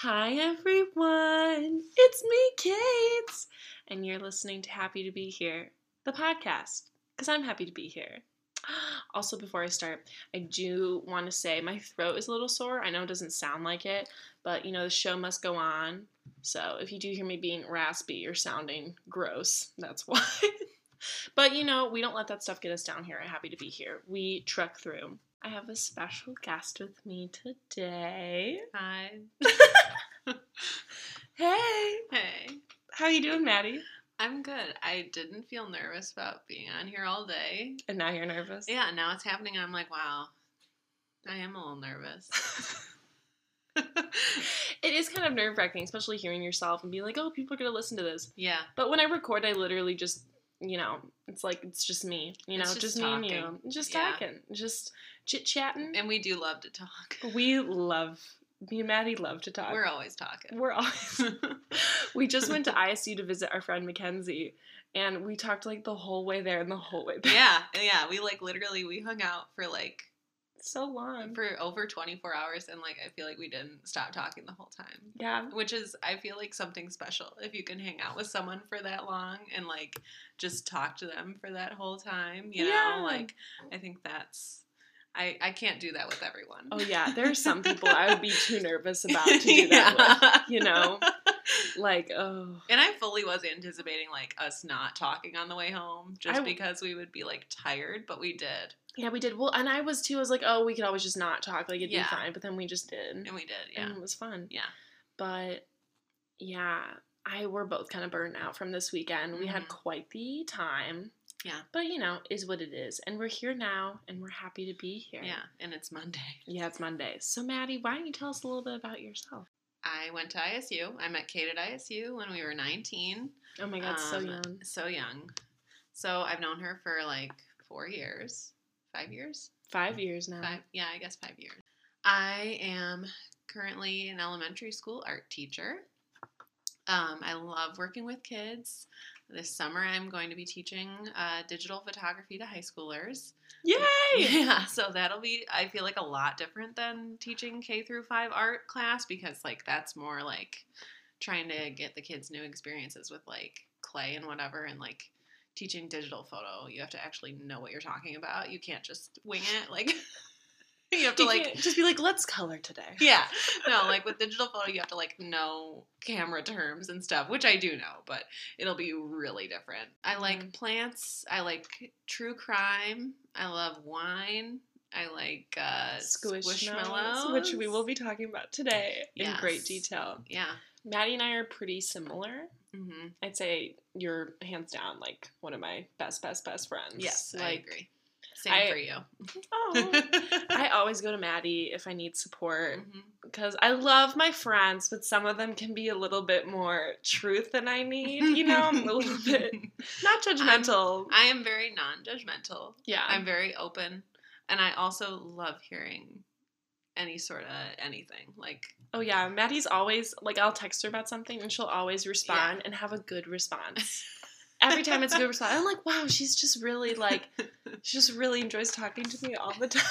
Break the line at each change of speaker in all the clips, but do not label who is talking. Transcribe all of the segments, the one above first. Hi, everyone. It's me, Kate. And you're listening to Happy to Be Here, the podcast, because I'm happy to be here. Also, before I start, I do want to say my throat is a little sore. I know it doesn't sound like it, but you know, the show must go on. So if you do hear me being raspy or sounding gross, that's why. but you know, we don't let that stuff get us down here. I'm happy to be here. We truck through. I have a special guest with me today.
Hi.
Hey,
Hey.
how you doing, Maddie?
I'm good. I didn't feel nervous about being on here all day.
And now you're nervous.
Yeah, now it's happening and I'm like, wow, I am a little nervous.
It is kind of nerve wracking, especially hearing yourself and being like, "Oh, people are gonna listen to this."
yeah.
But when I record, I literally just, you know, it's like it's just me, you know,
It's
just,
just
me and you,
talking.
just
Yeah.
talking, just chit chatting.
And we do love to talk.
We love me and Maddie love to talk.
We're always talking.
We're always. we just went to ISU to visit our friend Mackenzie, and we talked like the whole way there and the whole way back.
yeah, yeah. We like literally we hung out for like
So long.
for over 24 hours and like I feel like we didn't stop talking the whole time.
yeah.
Which is I feel like something special if you can hang out with someone for that long and like just talk to them for that whole time, you know?
Yeah.
Like I think that's I I can't do that with everyone.
Oh yeah, there are some people I would be too nervous about to do that with. You know, like oh.
And I fully was anticipating like us not talking on the way home just
I-
because we would be like tired, but we did.
Yeah, we did. Well, and I was too. I was like, oh, we could always just not talk. Like, it'd
Yeah.
be fine. But then we just did.
And we did, yeah.
And it was fun.
Yeah.
But yeah, I we're both kind of burned out from this weekend. We had
Mhm.
quite the time.
Yeah.
But you know, is what it is. And we're here now and we're happy to be here.
Yeah, and it's Monday.
Yeah, it's Monday. So Maddie, why don't you tell us a little bit about yourself?
I went to ISU. I met Kate at ISU when we were 19.
Oh my god, so
Um,
young.
So young. So I've known her for like four years, five years,
Five years now.
five. Yeah, I guess five years. I am currently an elementary school art teacher. Um, I love working with kids. This summer, I'm going to be teaching uh, digital photography to high schoolers.
Yay!
Yeah, so that'll be I feel like a lot different than teaching K through 5 art class because like that's more like trying to get the kids new experiences with like clay and whatever and like teaching digital photo, you have to actually know what you're talking about. You can't just wing it like you have to
You
like
can't just be like, let's color today.
yeah. No, like with digital photo, you have to like know camera terms and stuff, which I do know, but it'll be really different. I like
Mhm.
plants. I like true crime. I love wine. I like uh,
Squishmallows, which we will be talking about today in great
Yes.
detail.
Yeah.
Maddie and I are pretty similar.
hmm
I'd say you're hands down like one of my best, best, best friends.
Yes,
like,
I agree. Same
I-
for you.
Oh,
Mhm.
I always go to Maddie if I need support
Mm-hmm.
because I love my friends, but some of them can be a little bit more truth than I need. You know, I'm a little bit not judgmental.
I am very non-judgmental.
yeah,
I'm very open, and I also love hearing any sort of anything. Like
Oh yeah, Maddie's always like I'll text her about something and she'll always respond and have a good response. Every time it's a good response, I'm like, wow, she's just really like, she just really enjoys talking to me all the time.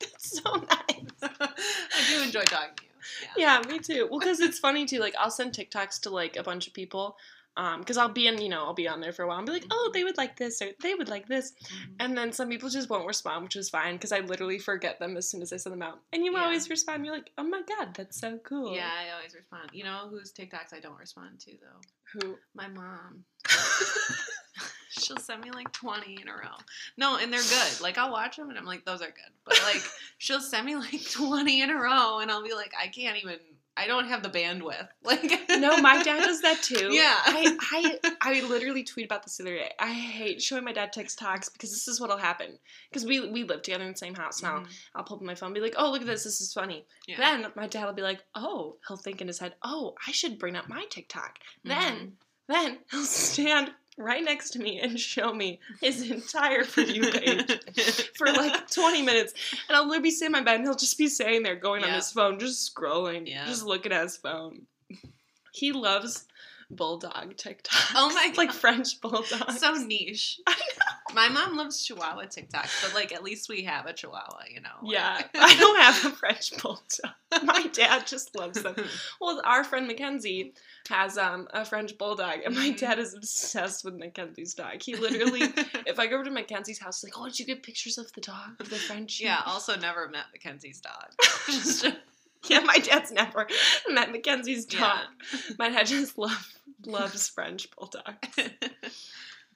That's so nice.
I do enjoy talking to you.
Yeah, me too. Well, because it's funny too. Like I'll send TikToks to like a bunch of people, um, because I'll be in, you know, I'll be on there for a while and be like, oh, they would like this or they would like this,
Mhm.
and then some people just won't respond, which is fine because I literally forget them as soon as I send them out. And you
Yeah.
always respond. You're like, oh my god, that's so cool.
Yeah, I always respond. You know whose TikToks I don't respond to though?
Who?
My mom. She'll send me like 20 in a row. No, and they're good. Like I'll watch them and I'm like those are good. But like she'll send me like 20 in a row and I'll be like I can't even I don't have the bandwidth. Like
No, my dad does that too.
Yeah.
I, I I literally tweet about this the other day. I hate showing my dad TikToks because this is what'll happen. Because we we live together in the same house now.
Mhm.
I'll pull up my phone, and be like, oh look at this, this is funny.
Yeah.
Then my dad will be like, oh,
Mm-hmm.
he'll think in his head, oh, I should bring up my TikTok. Then then he'll stand right next to me and show me his entire
Mm-hmm.
for you page for like 20 minutes. And I'll literally be sitting in my bed and he'll just be sitting there going on
Yeah.
his phone, just scrolling,
Yeah.
just looking at his phone. He loves bulldog TikTok.
Oh my
Like
God.
French bulldogs.
so niche. I know. My mom loves Chihuahua TikToks, but like at least we have a Chihuahua, you know.
yeah, I don't have a French bulldog. My dad just loves them. Well, our friend Mackenzie has um, a French bulldog, and my
Mhm.
dad is obsessed with Mackenzie's dog. He literally, if I go over to Mackenzie's house, he's like, "Oh, did you get pictures of the dog, of the French?"
yeah. Also, never met Mackenzie's dog. Just-
yeah. My dad's never met Mackenzie's dog.
yeah.
My dad just love, loves French bulldogs.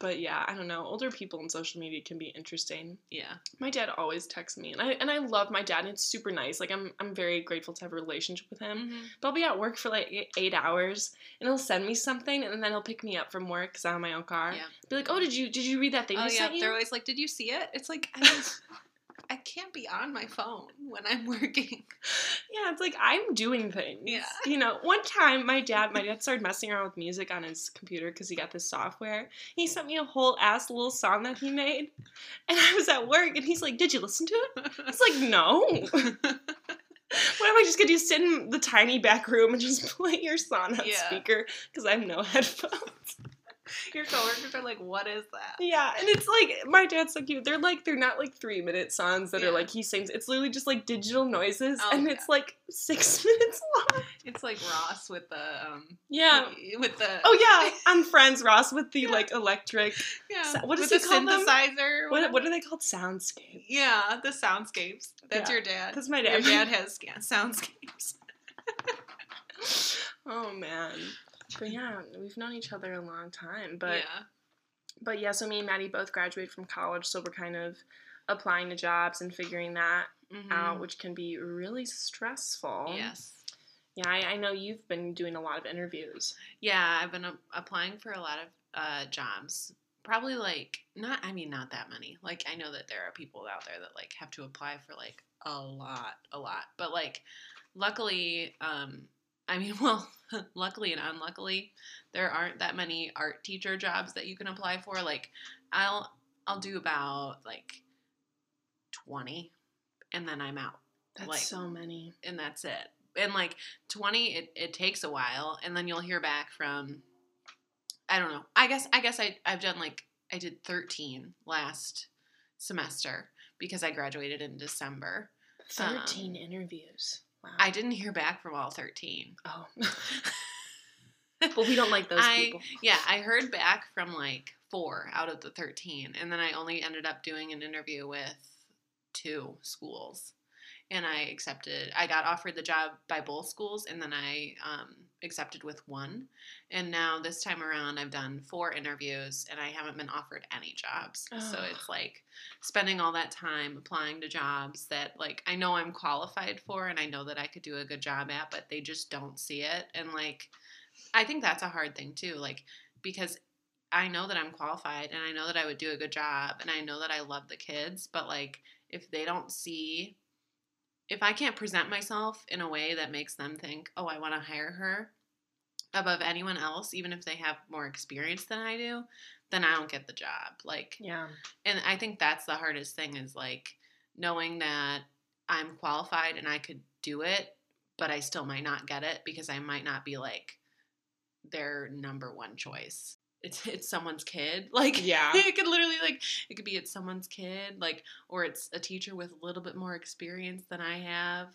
But yeah, I don't know. Older people on social media can be interesting.
yeah.
My dad always texts me, and I and I love my dad, and it's super nice. Like I'm I'm very grateful to have a relationship with him.
Oh,
But I'll be at work for like eight- eight hours, and he'll send me something, and then he'll pick me up from work because I have my own car.
Yeah.
Be like, "Oh, did you did you read that thing
Oh
I
yeah.
sent you?"
They're always like, "Did you see it?" It's like I, don't- I can't be on my phone when I'm working.
yeah, it's like I'm doing things.
Yeah.
You know, one time my dad my dad started messing around with music on his computer because he got this software. He sent me a whole ass little song that he made, and I was at work, and he's like, "Did you listen to it?" It's like, "No." What am I just gonna do? Sit in the tiny back room and just play your song on
Yeah.
speaker because I have no headphones.
Your coworkers are like, "What is that?"
Yeah, and it's like my dad's so cute. They're like they're not like three minute songs that
Yeah.
are like he sings. It's literally just like digital noises,
Oh,
and
yeah.
it's like six minutes long.
It's like Ross with the um
Yeah.
with the
Oh yeah, I'm friends Ross with the
Yeah.
like electric.
yeah
so- what does
with
he
the
call them?
synthesizer
What
or whatever.
what are they called? Soundscape.
yeah the soundscapes that's
Yeah.
your dad
That's my
your
dad.
dad has yeah, soundscapes
Oh man. But yeah, we've known each other a long time. But
yeah
but yeah, so me and Maddie both graduated from college, so we're kind of applying to jobs and figuring that out,
Mhm.
which can be really stressful.
yes
Yeah, I, I know you've been doing a lot of interviews.
yeah I've been a- applying for a lot of uh jobs probably like not I mean not that many like I know that there are people out there that like have to apply for like a lot a lot but like luckily um I mean well luckily and unluckily there aren't that many art teacher jobs that you can apply for like i'll i'll do about like 20 and then i'm out
That's
Like-
so many.
and that's it and like 20 it, it takes a while and then you'll hear back from i don't know i guess i guess I, i've done like i did 13 last semester because i graduated in december
13
Um,
interviews. Wow.
i didn't hear back from all 13
Oh. but we don't like those
I-
people.
Yeah, I heard back from like four out of the 13. And then I only ended up doing an interview with two schools. And I accepted, I got offered the job by both schools. And then I um, accepted with one. And now this time around, I've done four interviews and I haven't been offered any jobs. So
Ugh.
it's like spending all that time applying to jobs that like I know I'm qualified for and I know that I could do a good job at, but they just don't see it. And like, I think that's a hard thing too. Like, because I know that I'm qualified and I know that I would do a good job and I know that I love the kids, but like if they don't see if I can't present myself in a way that makes them think, "Oh, I want to hire her." above anyone else, even if they have more experience than I do, then I don't get the job. Like
Yeah.
and I think that's the hardest thing is like knowing that I'm qualified and I could do it, but I still might not get it because I might not be like their number one choice. It's it's someone's kid. Like
Yeah.
it could literally like it could be it's someone's kid, like or it's a teacher with a little bit more experience than I have.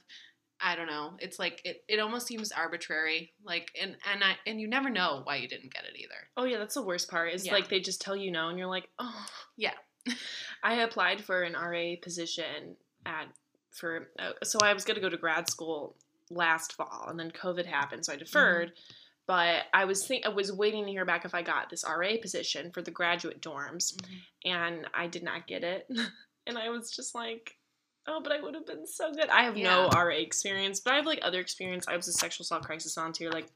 I don't know. It's like it, it almost seems arbitrary. Like and and I and you never know why you didn't get it either.
Oh yeah, that's the worst part. Is
Yeah.
like they just tell you no and you're like, "Oh,
Yeah.
I applied for an RA position at for uh, so I was going to go to grad school last fall and then COVID happened,
Mm-hmm.
so I deferred. But I was think I was waiting to hear back if I got this RA position for the graduate dorms. and I did not get it. and I was just like, oh, but I would have been so good. I have no RA experience, but I have like other experience. I was a sexual assault crisis volunteer. Like,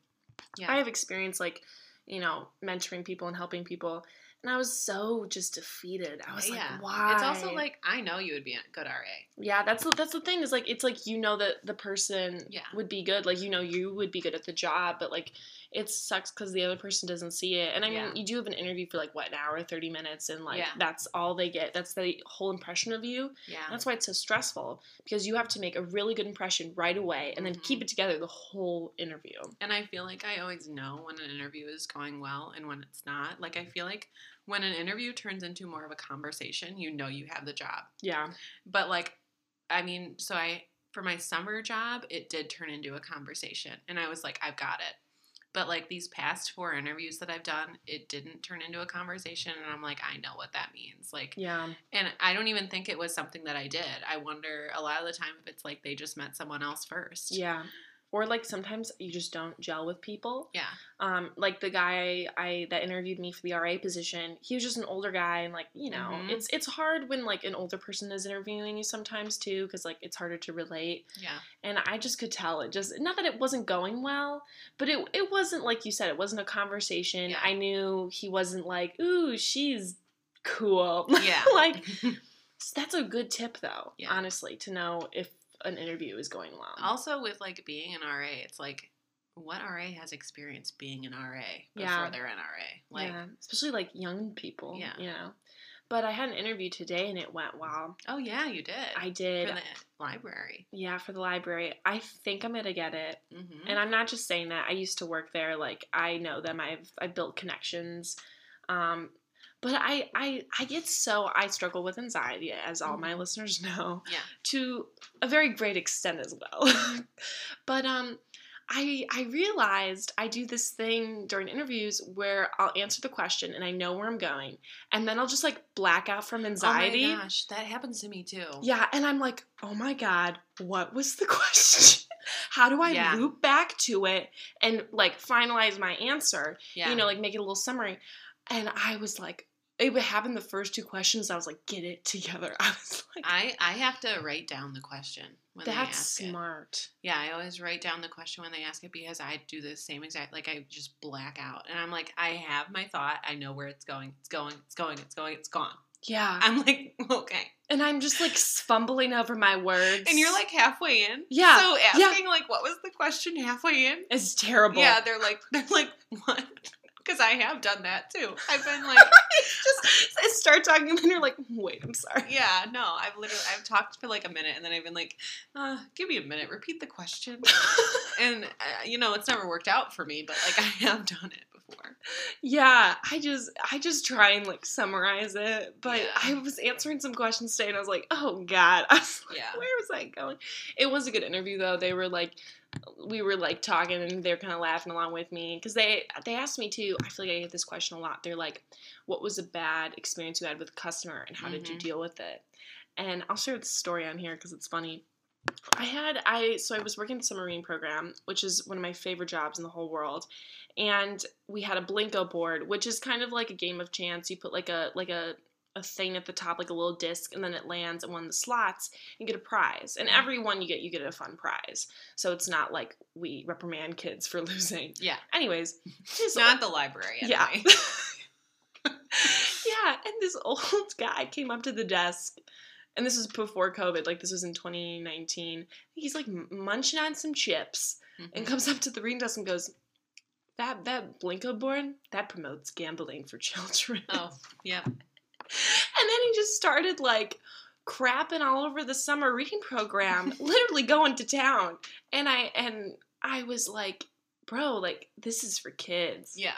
Yeah.
I have experience, like, you know, mentoring people and helping people. And I was so just defeated. I was
Oh, Yeah.
like, why?
It's also like I know you would be a good RA.
Yeah, that's the, that's the thing is like it's like you know that the person
Yeah.
would be good, like you know you would be good at the job, but like it sucks because the other person doesn't see it. And I mean,
Yeah.
you do have an interview for like what an hour, thirty minutes, and like
Yeah.
that's all they get. That's the whole impression of you.
Yeah.
That's why it's so stressful because you have to make a really good impression right away and then
Mhm.
keep it together the whole interview.
And I feel like I always know when an interview is going well and when it's not. Like I feel like when an interview turns into more of a conversation, you know you have the job.
Yeah,
But like I mean, so I for my summer job, it did turn into a conversation and I was like I've got it. But like these past four interviews that I've done, it didn't turn into a conversation and I'm like I know what that means. Like
yeah,
and I don't even think it was something that I did. I wonder a lot of the time if it's like they just met someone else first.
yeah. Or like sometimes you just don't gel with people.
Yeah.
um, like the guy I that interviewed me for the RA position, he was just an older guy, and like you know,
Mhm.
it's it's hard when like an older person is interviewing you sometimes too, because like it's harder to relate.
Yeah.
And I just could tell it just not that it wasn't going well, but it it wasn't like you said, it wasn't a conversation.
Yeah.
I knew he wasn't like, ooh, she's cool.
Yeah.
like so that's a good tip though,
Yeah.
honestly, to know if an interview is going well.
Also, with like being an RA, it's like what RA has experience being an RA before
Yeah.
they're an RA. Like,
yeah, especially like young people.
Yeah.
you know. But I had an interview today and it went well.
oh yeah, you did.
I
for
did.
the library.
yeah, for the library. I think I'm gonna get it,
Mm-hmm.
and I'm not just saying that. I used to work there. Like I know them. I've I built connections. Um, but I I I get so I struggle with anxiety, as all my
Mhm.
listeners know.
Yeah.
To a very great extent as well, but um. I, I realized I do this thing during interviews where I'll answer the question and I know where I'm going, and then I'll just like black out from anxiety.
Oh my gosh, that happens to me too.
Yeah, and I'm like, oh my god, what was the question? How do I
Yeah.
loop back to it and like finalize my answer?
yeah.
You know, like make it a little summary. And I was like, it would happen the first two questions. I was like, get it together. I was like,
I I have to write down the question when they
that's
ask it.
smart.
Yeah, I always write down the question when they ask it because I do the same exact like I just black out and I'm like I have my thought, I know where it's going. It's going. It's going. It's going. It's gone.
Yeah.
I'm like, okay.
And I'm just like fumbling over my words.
And you're like halfway in.
Yeah,
So
yeah.
asking like what was the question halfway in?
it's terrible.
Yeah, they're like they're like what? Because I have done that too. I've been like,
Just I start talking and then you're like, wait, I'm sorry.
yeah, no, I've literally I've talked for like a minute and then I've been like, uh, give me a minute, repeat the question. And uh, you know, it's never worked out for me, but like I have done it before.
Yeah, I just I just try and like summarize it, but I
Yeah.
was answering some questions today and I was like, "Oh god." I was like,
Yeah.
Where was I going? It was a good interview though. They were like we were like talking and they were kind of laughing along with me cuz they they asked me too. I feel like I get this question a lot. They're like, "What was a bad experience you had with a customer and how did you
Mhm.
deal with it?" And I'll share the story on here cuz it's funny. I had I so I was working at the submarine program, which is one of my favorite jobs in the whole world, and we had a blinko board, which is kind of like a game of chance. You put like a like a a thing at the top, like a little disc, and then it lands in one of the slots. You get a prize, and every one you get, you get a fun prize. So it's not like we reprimand kids for losing.
Yeah.
Anyways,
It's not the library.
Yeah.
Anyway.
yeah, and this old guy came up to the desk, and this was before COVID, like this was in 2019. He's like m- munching on some chips
Mm-hmm.
and comes up to the reading desk and goes, "That that Blinko board that promotes gambling for children."
Oh, yeah.
And then he just started like crapping all over the summer reading program, literally going to town. And I and I was like, "Bro, like this is for kids."
Yeah.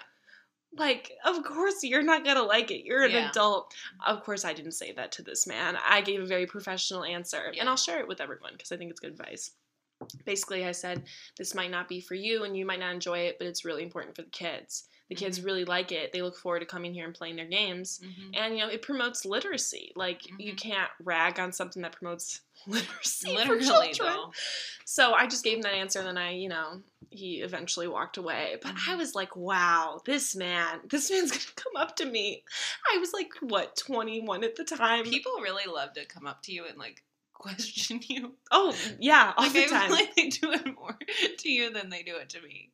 like of course you're not gonna like it you're an
Yeah.
adult of course i didn't say that to this man i gave a very professional answer
Yeah.
and i'll share it with everyone because i think it's good advice basically i said this might not be for you and you might not enjoy it but it's really important for the kids the kids
Mm-hmm.
really like it they look forward to coming here and playing their games
Mhm.
and you know it promotes literacy like you
Mhm.
can't rag on something that promotes literacy for
Literally,
children.
though.
So I just gave him that answer, and then I, you know, he eventually walked away. But
Mm-hmm.
I was like, wow, this man, this man's gonna come up to me. I was like, what, 21 at the time?
People really love to come up to you and like question you.
oh, yeah, all
Like
the
I feel
time.
like they do it more to you than they do it to me.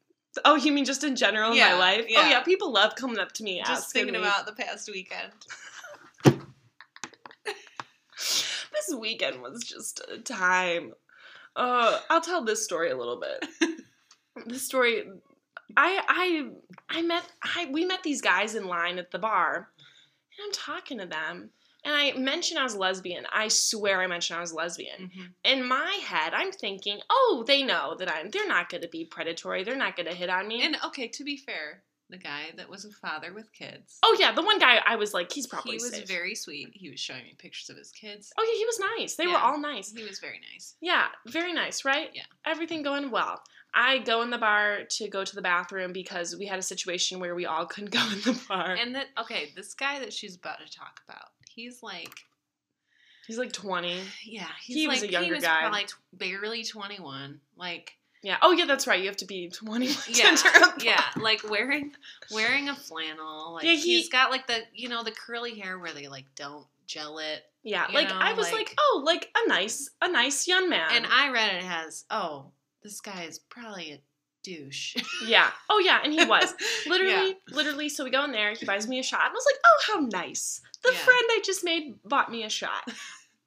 Oh, you mean just in general in
Yeah,
my life? Oh
yeah.
yeah, people love coming up to me.
Just
asking
thinking
me,
about the past weekend.
this weekend was just a time. Uh, I'll tell this story a little bit. this story, I I I met I we met these guys in line at the bar, and I'm talking to them, and I mentioned I was lesbian. I swear I mentioned I was lesbian. In my head, I'm thinking, oh, they know that I'm. They're not going to be predatory. They're not going to hit on me.
And okay, to be fair, the guy that was a father with kids.
oh yeah, the one guy I was like, he's probably
he was
safe.
very sweet. He was showing me pictures of his kids.
Oh yeah, he was nice. They were
Yeah.
all nice.
He was very nice.
Yeah, very nice, right?
Yeah.
Everything going well. I go in the bar to go to the bathroom because we had a situation where we all couldn't go in the bar.
And then okay, this guy that she's about to talk about, he's like,
He's like 20.
yeah, he's
He
like,
was a younger
he was
guy.
probably t- barely twenty one. Like,
Yeah. Oh yeah, that's right. You have to be 21
yeah,
to enter a bar.
yeah, like wearing wearing a flannel. Like
Yeah, he-
he, has got like the you know the curly hair where they like don't gel it.
Yeah,
You
like
know,
I was like,
like-
oh, like a nice, a nice young man.
and I read it as, oh, this guy is probably a douche.
yeah, oh yeah, and he was literally,
Yeah.
literally. So we go in there. He buys me a shot, and I was like, oh, how nice. The
Yeah.
friend I just made bought me a shot.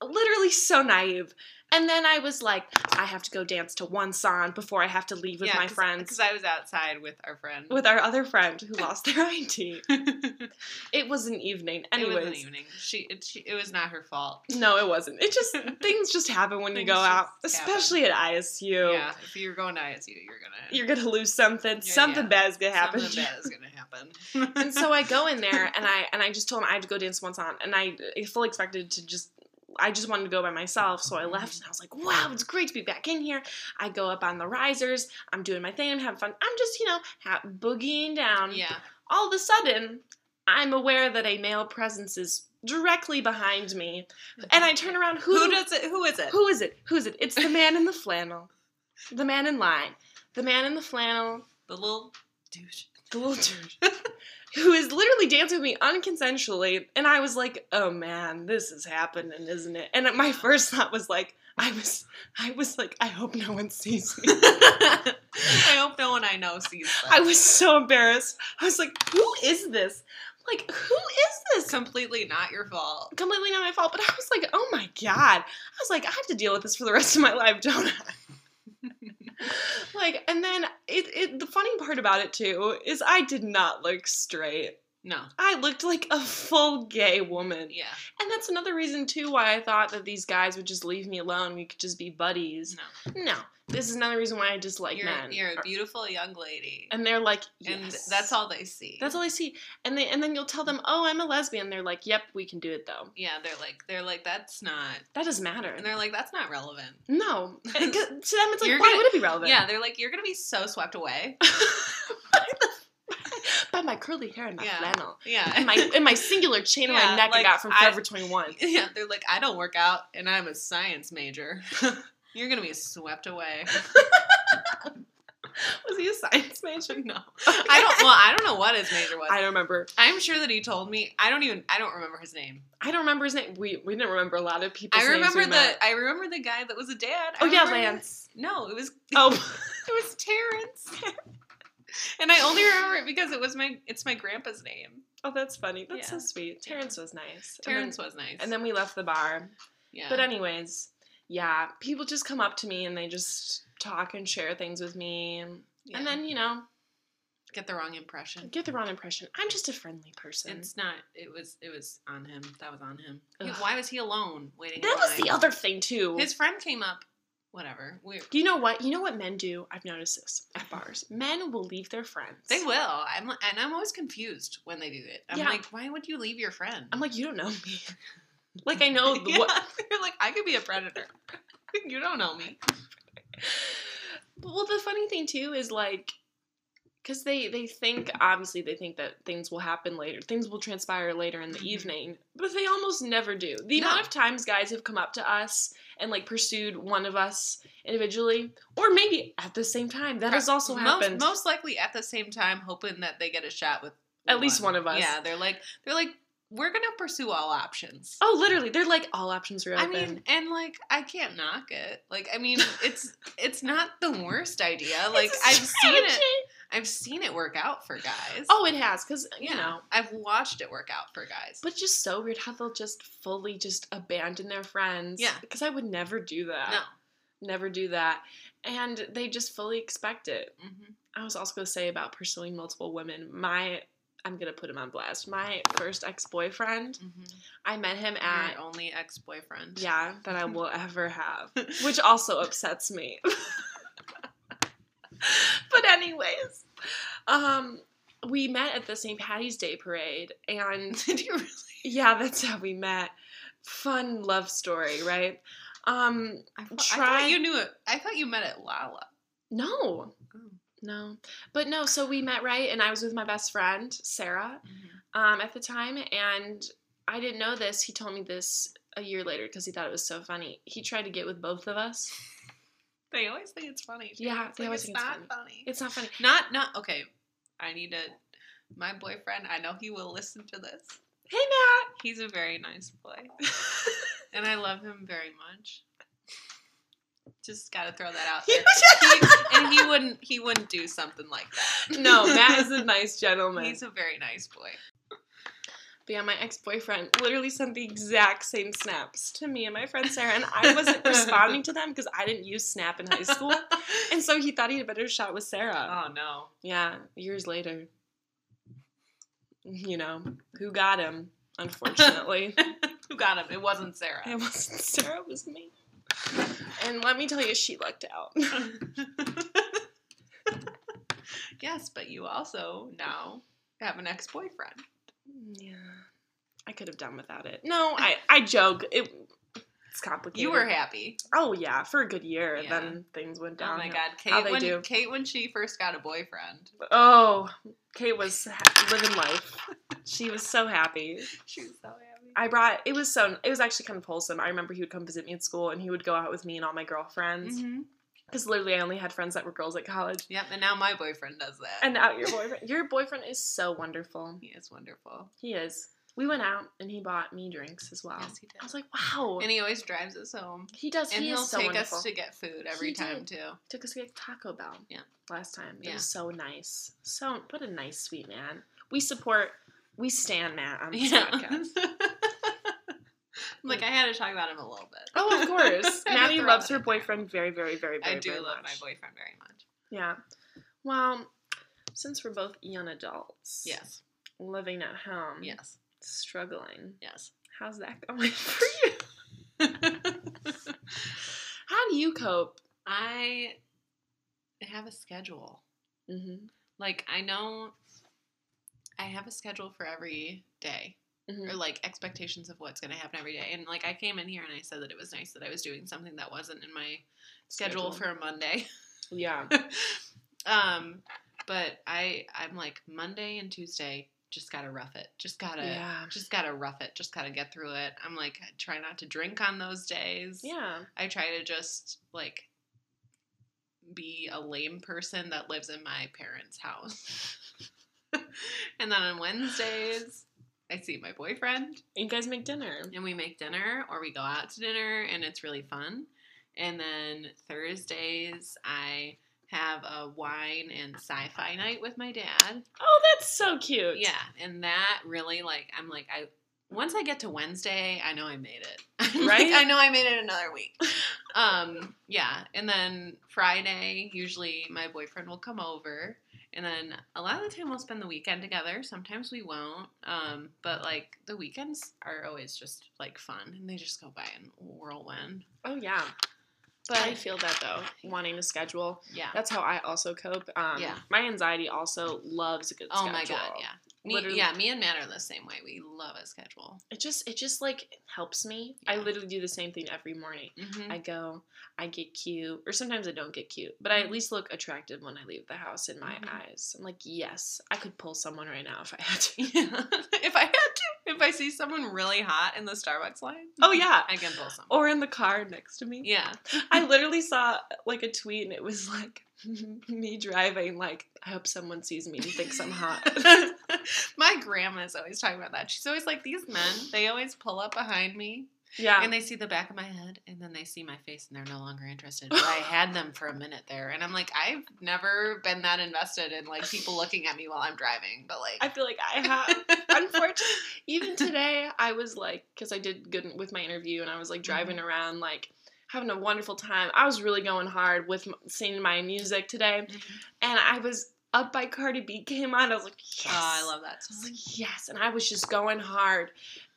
literally, so naive. And then I was like, I have to go dance to one song before I have to leave with my friends.
Because I was outside with our friend.
with our other friend who lost their ID.
it
It was an evening.
was
Anyways,
an evening. She it, she, it was not her fault.
no, it wasn't. It just things just happen when you
Things
go
just
out,
happen.
especially at ISU.
Yeah, if you're going to ISU, you're gonna
You're gonna lose something.
Yeah,
something
yeah.
bad's gonna happen.
Something bad is gonna happen.
and so I go in there and I and I just told him I had to go dance once on, and I, I fully expected to just. I just wanted to go by myself, so I left and I was like, wow, it's great to be back in here. I go up on the risers, I'm doing my thing, I'm having fun. I'm just, you know, ha- boogieing down.
yeah,
all of a sudden, I'm aware that a male presence is directly behind me, and I turn around. Who,
Who does it? Who is it?
Who is it? Who is it? It's the man in the flannel, the man in line, the man in the flannel,
the little douche.
the little dude who is literally dancing with me unconsensually. And I was like, "Oh man, this is happening, isn't it?" And my first thought was like, "I was, I was like, I hope no one sees me."
I hope no one I know sees that.
I was so embarrassed. I was like, "Who is this? Like, who is this?"
completely not your fault.
completely not my fault. But I was like, oh my god. I was like, I have to deal with this for the rest of my life, don't I? like, and then it, it the funny part about it too is I did not look straight.
No.
I looked like a full gay woman.
Yeah.
And that's another reason too why I thought that these guys would just leave me alone. We could just be buddies.
No.
No. This is another reason why I dislike
you're
men.
you're a beautiful young lady,
and they're like,
and
yes.
that's all they see.
That's all I see. And they and then you'll tell them, oh, I'm a lesbian. They're like, yep, we can do it though.
Yeah, they're like they're like that's not,
That doesn't matter.
and they're like that's not relevant.
No, And 'cause- to them it's like,
You're
why
gonna-
would it be relevant?
Yeah, they're like you're gonna be so swept away.
by my curly hair and my
Yeah.
flannel
Yeah,
and my and my singular chain on my
Yeah,
neck
like,
I got from
I-
Forever Twenty One.
Yeah, they're like, I don't work out and I'm a science major. You're gonna be swept away.
Was he a science major?
no. I don't well, I don't know what his major was.
I don't remember.
I'm sure that he told me I don't even I don't remember his name.
I don't remember his name. We we didn't remember a lot of people.
I remember
names we met.
the I remember the guy that was a dad. I
Oh yeah,
remember-
Lance.
No, it was
Oh
it was Terrence. and I only remember it because it was my it's my grandpa's name.
oh, that's funny. That's so
Yeah.
sweet. Terrence was nice.
Terrence
and
was nice.
then, And then we left the bar.
yeah.
But anyways, yeah, people just come up to me and they just talk and share things with me,
Yeah.
and then you know
get the wrong impression.
get the wrong impression. I'm just a friendly person.
It's not it was it was on him. That was on him. He-
Ugh.
why was he alone waiting?
that
in
was
line?
the other thing too.
His friend came up. Whatever. We
you know what? You know what men do? I've noticed this at bars. Men will leave their friends.
they will. I'm li- and I'm always confused when they do it. I'm
Yeah.
like, why would you leave your friend?
I'm like, "Oh, you don't know me. like I know
Yeah.
what.
You're like, I could be a predator. you don't know me.
Well, the funny thing too is like, because they they think obviously they think that things will happen later, things will transpire later in the
Mhm.
evening, but they almost never do. The
No.
amount of times guys have come up to us and like pursued one of us individually, or maybe at the same time, that has also
most,
happened.
Most likely at the same time, hoping that they get a shot with
At least one of us.
Yeah, they're like, they're like, we're gonna pursue all options.
Oh, literally, they're like all options are open.
I mean, and like I can't knock it. Like I mean, it's it's not the worst idea. Like
It's a
I've seen it.
strategy.
I've seen it work out for guys.
Oh, it has, because, you
Yeah.
know.
I've watched it work out for guys.
But it's just so weird how they'll just fully just abandon their friends.
Yeah.
Because I would never do that.
no.
Never do that. And they just fully expect it.
Mhm.
I was also going to say about pursuing multiple women. My, I'm going to put him on blast. My first ex boyfriend,
Mhm.
I met him
Your
at,
only ex boyfriend.
yeah, that I will ever have, which also upsets me. but, anyways, um, we met at the St. Patty's Day parade, and
Did you really?
yeah, that's how we met. Fun love story, right? Um,
I, thought- I
Try-
thought you knew it. I thought you met at Lala.
no, no, but no. So we met, right? And I was with my best friend Sarah, um, at the time, and I didn't know this. He told me this a year later because he thought it was so funny. He tried to get with both of us.
They always think it's funny. too.
Yeah,
It's
they
like,
always
it's
think it's
not
funny.
funny.
It's not funny.
Not not okay. I need to. My boyfriend, I know he will listen to this.
Hey, Matt.
He's a very nice boy, and I love him very much. Just gotta throw that out there. He- and he wouldn't. He wouldn't do something like that.
No, Matt is a nice gentleman.
He's a very nice boy.
but yeah, my ex-boyfriend literally sent the exact same snaps to me and my friend Sarah, and I wasn't responding to them because I didn't use Snap in high school, and so he thought he had a better shot with Sarah.
oh no.
Yeah, years later. You know who got him? Unfortunately.
Who got him? It wasn't Sarah.
It wasn't Sarah, it was me. And let me tell you, she lucked out.
yes, but you also now have an ex-boyfriend.
yeah. I could have done without it. No, I, I joke. It, it's complicated.
You were happy.
Oh, yeah, for a good year.
Yeah.
Then things went
Oh
down.
my God, Kate!
they
when
do.
Kate, when she first got a boyfriend,
Oh, Kate was ha- living life. She was so happy.
she was so happy.
I brought, it was so, it was actually kind of wholesome. I remember he would come visit me at school and he would go out with me and all my girlfriends.
Mhm.
Because literally I only had friends that were girls at college.
Yep, and now my boyfriend does that.
And now your boyfriend, your boyfriend is so wonderful.
he is wonderful.
He is. We went out and he bought me drinks as well.
Yes, he did.
I was like, wow.
And he always drives us home.
he does.
And
he
he'll
is so
take
wonderful.
us to get food every
He
time
did.
too.
Took us to get Taco Bell.
Yeah.
Last time. It
Yeah.
was so nice. So what a nice, sweet man. We support. We stand Matt on this
Yeah.
podcast.
like I had to talk about him a little bit.
Oh, of course.
I had to
Maddie
throw
loves
it
her
in there.
boyfriend very, very, very, very.
I do
very
love
much.
my boyfriend very much.
Yeah. Well, since we're both young adults.
Yes.
Living at home.
Yes.
Struggling.
Yes.
How's that going Mm-hmm. for you? How do you cope?
I have a schedule.
Mm-hmm.
Like I know I have a schedule for every day
Mm-hmm.
or like expectations of what's going to happen every day. And like I came in here and I said that it was nice that I was doing something that wasn't in my
Schedule.
schedule, for a Monday.
Yeah.
um but I I'm like Monday and Tuesday just got to rough it. Just got to
Yeah.
just got to rough it. Just got to get through it. I'm like I try not to drink on those days.
Yeah.
I try to just like be a lame person that lives in my parents' house. and then on Wednesdays, I see my boyfriend
You guys make dinner.
and we make dinner or we go out to dinner and it's really fun. And then Thursdays, I have a wine and sci fi night with my dad.
Oh, that's so cute.
Yeah, and that really like I'm like I once I get to Wednesday, I know I made it. I'm like,
Right?
I know I made it another week. um, yeah, and then Friday usually my boyfriend will come over, and then a lot of the time we'll spend the weekend together. Sometimes we won't, um, but like the weekends are always just like fun, and they just go by in a whirlwind.
Oh yeah.
But
I feel that though. Wanting a schedule.
yeah,
That's how I also cope. Um,
Yeah.
My anxiety also loves a good
oh
schedule.
my god, yeah. Me,
Literally-
yeah, me and Matt are the same way. We love a schedule.
It just it just like helps me. I
Yeah.
literally do the same thing every morning.
Mm-hmm.
I go, I get cute, or sometimes I don't get cute, but I at least look attractive when I leave the house in my
Mhm.
eyes. I'm like, yes, I could pull someone right now if I had to.
Yeah. if I had to, if I see someone really hot in the Starbucks line,
Oh, yeah.
I can pull someone.
Or in the car next to me.
yeah,
I literally saw like a tweet and it was like me driving, like, I hope someone sees me and thinks I'm hot.
My grandma's always talking about that. She's always like, these men, they always pull up behind me
Yeah.
And they see the back of my head, and then they see my face, and they're no longer interested. But I had them for a minute there, and I'm like, I've never been that invested in like people looking at me while I'm driving. But
I
like,
feel like I have. Unfortunately, even today, I was like, because I did good with my interview, and I was like
Mm-hmm.
driving around, like having a wonderful time. I was really going hard with m- singing my music today,
Mhm.
and I was up by Cardi B came on. I was like, yes,
oh, I love that
I was
song.
like, yes, and I was just going hard,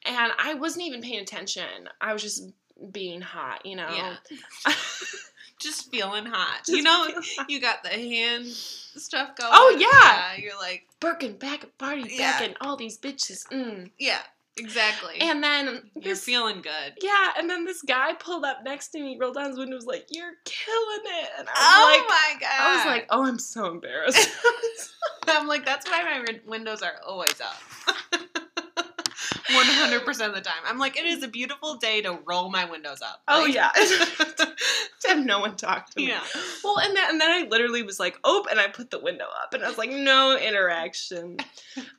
and I wasn't even paying attention. I was just being hot, you know.
Yeah. Just feeling hot.
Just
you know,
being hot.
you got the hand stuff going.
Oh, yeah.
You're like,
Birkin back at party, back
Yeah.
and all these bitches. Mm.
yeah, exactly.
And then
you're
this-
feeling good.
Yeah, and then this guy pulled up next to me, rolled down his window, was like, "You're killing it," and I was
Oh
like,
my god!
"I was like, oh, I'm so embarrassed."
I'm like, that's why my win- windows are always up. 100% of the time. I'm like, it is a beautiful day to roll my windows up.
oh
Like-
yeah, to have no one talk to me.
yeah.
Well, and then and then I literally was like, "Oh," and I put the window up, and I was like, "No interaction."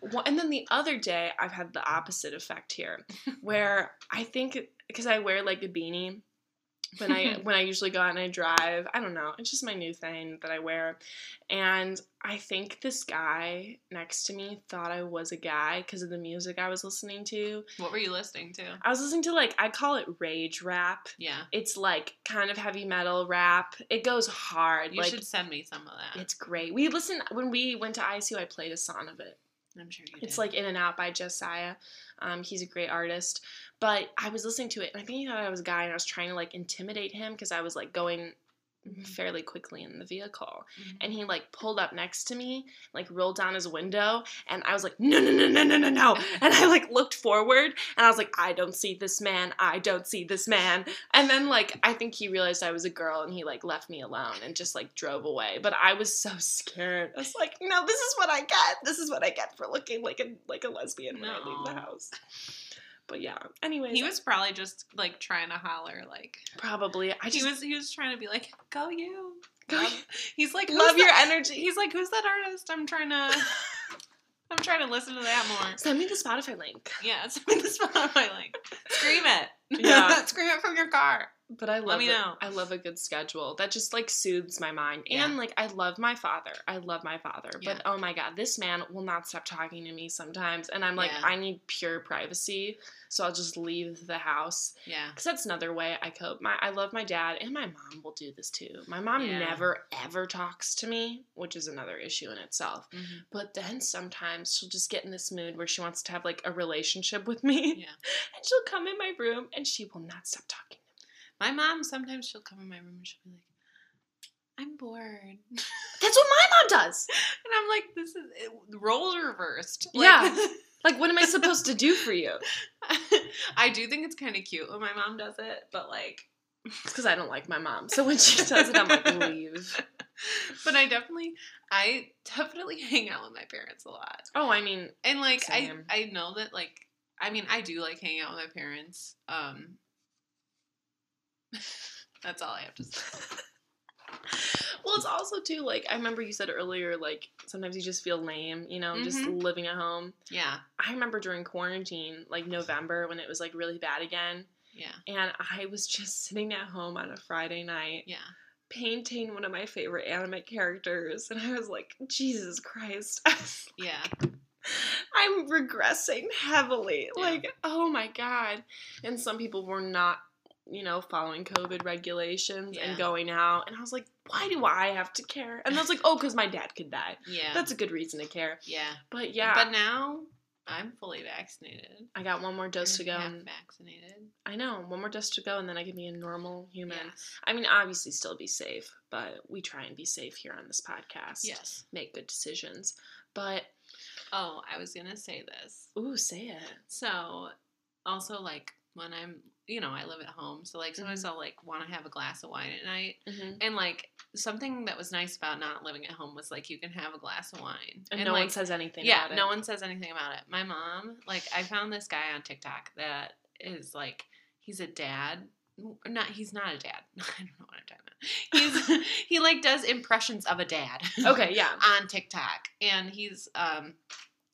Well, and then the other day, I've had the opposite effect here, where I think because I wear like a beanie when I when I usually go out and I drive. I don't know. It's just my new thing that I wear. And I think this guy next to me thought I was a guy because of the music I was listening to.
What were you listening to?
I was listening to like I call it rage rap.
Yeah.
It's like kind of heavy metal rap. It goes hard.
You
like
should send me some of that.
it's great. We listened when we went to ISU. I played a song of it.
I'm sure you
It's
did.
like In and Out by Josiah. Um, he's a great artist. But I was listening to it, and I think he thought I was a guy, and I was trying to like intimidate him because I was like going
Mm-hmm.
fairly quickly in the vehicle.
Mhm.
And he like pulled up next to me, like rolled down his window, and I was like, no, no, no, no, no, no, no. And I like looked forward, and I was like, I don't see this man. I don't see this man. And then like I think he realized I was a girl, and he like left me alone and just like drove away. But I was so scared. I was like, no, this is what I get. This is what I get for looking like a like a lesbian when I leave the
No.
house. But yeah. Anyways,
he was probably just like trying to holler, like
probably. I just
he was. He was trying to be like, "Go you."
Go
Love-
you.
He's like, "Who's
love your
that-"
energy.
He's like, "Who's that artist?" I'm trying to. I'm trying to listen to that more.
Send me the Spotify link.
Yeah, something to Spotify like scream it.
Yeah.
scream it from your car.
But I love
me
it.
know.
I love a good schedule. That just like soothes my mind. And
Yeah.
like I love my father. I love my father.
Yeah.
But oh my god, this man will not stop talking to me sometimes and I'm like
Yeah.
I need pure privacy, so I'll just leave the house.
Yeah.
Cuz that's another way I cope. My I love my dad and my mom will do this too. My mom
Yeah.
never ever talks to me, which is another issue in itself.
Mm-hmm.
But then sometimes she'll just get in this mood where she wants to have like a relationship with me.
Yeah.
and she'll come in my room and she will not stop talking.
My mom sometimes she'll come in my room and she'll be like, "I'm bored," and
That's what my mom does.
I'm like, "This is it, the roles are reversed." Like,
Yeah. Like, what am I supposed to do for you?
I do think it's kind of cute when my mom does it, but like,
It's because I don't like my mom. So when she does it, I'm like, leave.
but I definitely, I definitely hang out with my parents a lot.
Oh, I mean,
And like
Same.
I I know that like I mean I do like hanging out with my parents. Um That's all I have to say.
well, it's also too, like, I remember you said earlier, like, sometimes you just feel lame, you know, just
Mhm.
living at home.
Yeah.
I remember during quarantine, like November, when it was like really bad again,
Yeah.
and I was just sitting at home on a Friday night
Yeah.
painting one of my favorite anime characters, and I was like, Jesus Christ. I was
Yeah.
I'm regressing heavily.
Yeah.
Like, oh my God. And some people were not, you know, following COVID regulations
Yeah.
and going out. And I was like, why do I have to care? And I was like, oh, because my dad could die.
Yeah.
That's a good reason to care.
yeah.
But yeah,
But now I'm fully vaccinated.
I got one more dose to go.
Half
and-
vaccinated.
I know, one more dose to go, and then I can be a normal human.
Yes.
I mean, obviously, still be safe, but we try and be safe here on this podcast.
Yes.
Make good decisions. But,
Oh, I was gonna say this.
ooh, say it.
So also like when I'm you know, I live at home, so like sometimes
Mm-hmm.
I'll like wanna have a glass of wine at night.
Mhm.
And like something that was nice about not living at home was like you can have a glass of wine.
And, no one
like,
says anything
yeah,
about it.
no one says anything about it. My mom, like, I found this guy on TikTok that is like, he's a dad. Not he's not a dad. I don't know what I'm talking about. He's he like does impressions of a dad.
Okay, yeah.
on TikTok, and he's um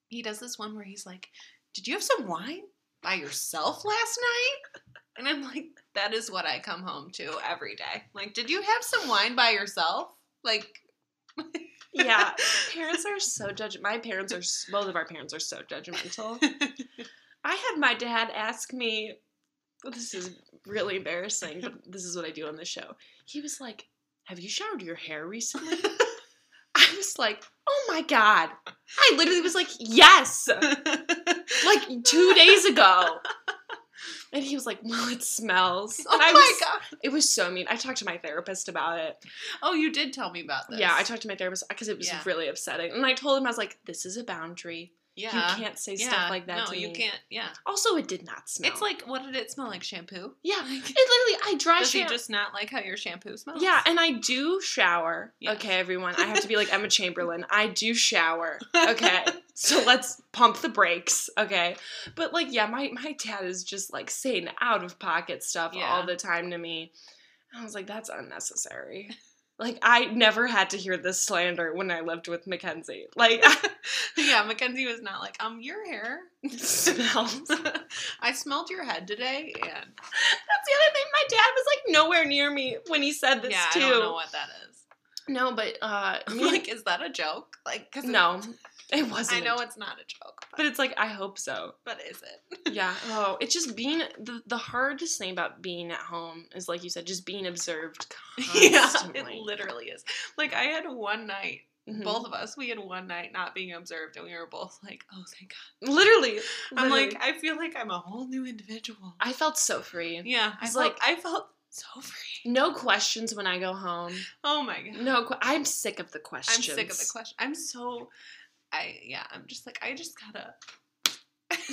he does this one where he's like, "Did you have some wine by yourself last night?" And I'm like, that is what I come home to every day. Like, did you have some wine by yourself? Like,
yeah, parents are so judge. My parents are s- both of our parents are so judgmental. I had my dad ask me. This is really embarrassing, but this is what I do on the show. He was like, "Have you showered your hair recently?" I was like, "Oh my god!" I literally was like, "Yes!"
oh
Like two days ago. And he was like, "Well, it smells."
oh
And I
my
was-
god!
It was so mean. I talked to my therapist about it.
Oh, you did tell me about this.
Yeah, I talked to my therapist because it was
Yeah.
really upsetting. And I told him, I was like, this is a boundary.
Yeah,
You can't say
Yeah.
stuff like that
No,
to
you
me.
can't. Yeah,
Also, it did not smell.
it's like what did it smell like? Shampoo.
yeah, it
Like,
literally, I dry
does he
shampoo.
just not like how your shampoo smells?
yeah, and I do shower.
Yes.
Okay, everyone. I have to be like Emma Chamberlain. I do shower. Okay. so let's pump the brakes. Okay. But like, yeah, my, my dad is just like saying out of pocket stuff
Yeah.
all the time to me. I was like, that's unnecessary. Like, I never had to hear this slander when I lived with Mackenzie. Like,
yeah. Mackenzie was not like um your hair.
smells.
I smelled your head today, and
That's the other thing. My dad was like nowhere near me when he said this
yeah,
too.
I don't know what that is.
No, but uh,
I'm
me-
like, is that a joke? Like, cause it-
no, it wasn't.
I know it's not a joke, but,
but it's like I hope so.
but is it?
Yeah. Oh, it's just being the the hardest thing about being at home is like you said, just being observed
it
constantly.
literally is. Like, I had one night,
Mhm.
both of us, we had one night not being observed, and we were both like, oh, thank God.
literally,
I'm
literally.
like, I feel like I'm a whole new individual.
I felt so free.
yeah, I
It's
felt,
like-
like I felt so free.
No questions when I go home.
Oh my God.
No, que- I'm sick of the questions.
I'm sick of the question. I'm so, I yeah. I'm just like I just gotta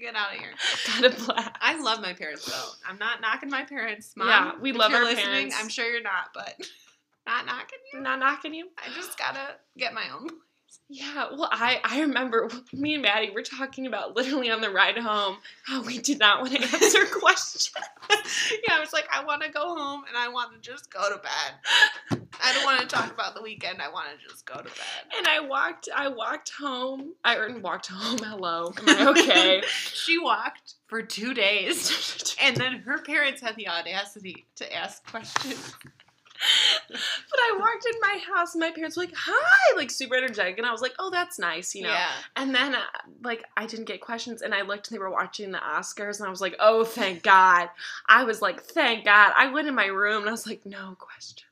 get out of here.
Gotta blast.
I love my parents though. I'm not knocking my parents, mom.
Yeah, we
if
love
you're
our
listening,
parents.
I'm sure you're not, but not knocking you.
Not knocking you.
I just gotta get my own.
Yeah, well, I, I remember me and Maddie were talking about literally on the ride home how we did not want to answer questions.
yeah, I was like, I want to go home and I want to just go to bed. I don't want to talk about the weekend. I want to just go to bed.
And I walked, I walked home. I er, walked home. Hello, am I okay?
She walked for two days, and then her parents had the audacity to ask questions.
but I walked in my house, and my parents were like, "Hi," like super energetic, and I was like, "Oh, that's nice," you know.
Yeah.
And then, uh, like, I didn't get questions, and I looked, and they were watching the Oscars, and I was like, "Oh, thank God!" I was like, "Thank God!" I went in my room, and I was like, "No questions."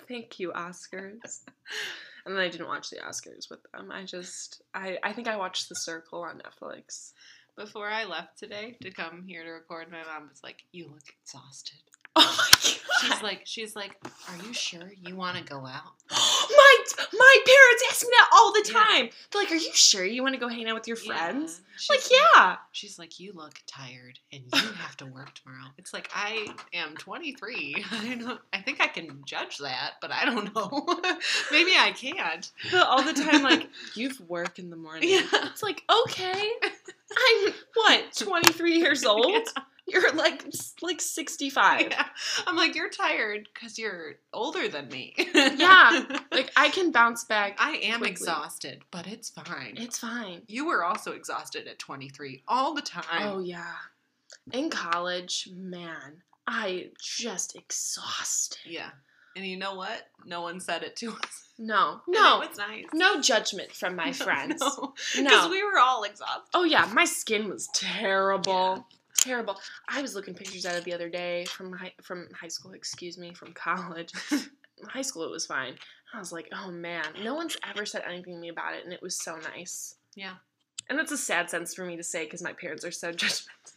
thank you, Oscars. And then I didn't watch the Oscars with them. I just, I, I think I watched The Circle on Netflix.
Before I left today to come here to record, my mom was like, "You look exhausted."
Oh my God!
She's like, "She's like, are you sure you want to go out?"
my my parents ask me that all the
Yeah.
time. They're like, "Are you sure you want to go hang out with your friends?"
Yeah.
I'm Like,
She's
yeah.
She's like, "You look tired, and you have to work tomorrow." It's like I am 23. I don't. I think I can judge that, but I don't know. Maybe I can't.
But all the time, like, you've work in the morning.
Yeah.
It's like, okay, I'm what, 23 years old?
Yeah.
You're like s- like 65.
Yeah. I'm like, "You're tired because you're older than me."
Yeah. Like I can bounce back.
I am
Quickly.
exhausted, but it's fine.
It's fine.
you were also exhausted at 23 all the time.
Oh yeah. In college, man, I just exhausted.
Yeah. And you know what? No one said it to us.
No.
And
No.
It was nice.
No judgment from my friends.
No.
No.
Because we were all exhausted.
Oh yeah, my skin was terrible. Terrible. I was looking pictures at it the other day from high, from high school, excuse me, from college. high school it was fine. I was like, "Oh man, no one's ever said anything to me about it and it was so nice."
Yeah.
And that's a sad sense for me to say cuz my parents are so judgmental.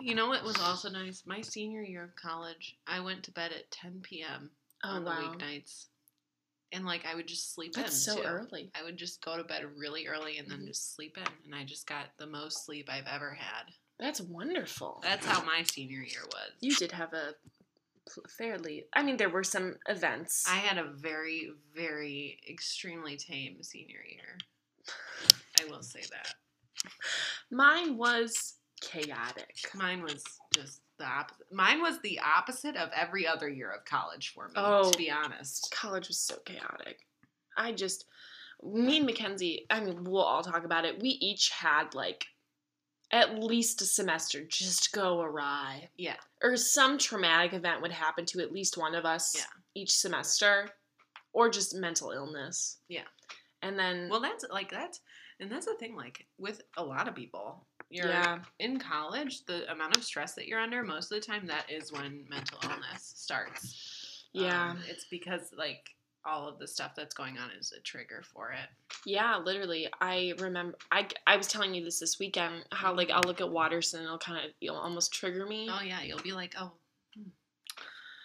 You know what was also nice? My senior year of college, I went to bed at 10 p.m.
Oh
on the
wow.
weeknights. And like I would just sleep in.
That's so
too.
early.
I would just go to bed really early and then
Mhm.
just sleep in. And I just got the most sleep I've ever had.
That's wonderful.
That's how my senior year was.
you did have a pl- fairly I mean there were some events.
I had a very, very extremely tame senior year. I will say that.
Mine was chaotic.
Mine was just the opposite. Mine was the opposite of every other year of college for me,
Oh.
to be honest.
college was so chaotic. I just, me and Mackenzie, I mean, we'll all talk about it. We each had like at least a semester just go awry.
Yeah.
Or some traumatic event would happen to at least one of us
Yeah.
each semester, or just mental illness.
Yeah.
And then,
Well, that's like that's and that's the thing. Like with a lot of people, you're
yeah,
in college. The amount of stress that you're under, most of the time, that is when mental illness starts.
Yeah.
Um, it's because like all of the stuff that's going on is a trigger for it.
yeah, literally. I remember, I, I was telling you this this weekend, how like I'll look at Watterson and it'll kind of, it'll almost trigger me.
Mm-hmm. Oh yeah, you'll be like, oh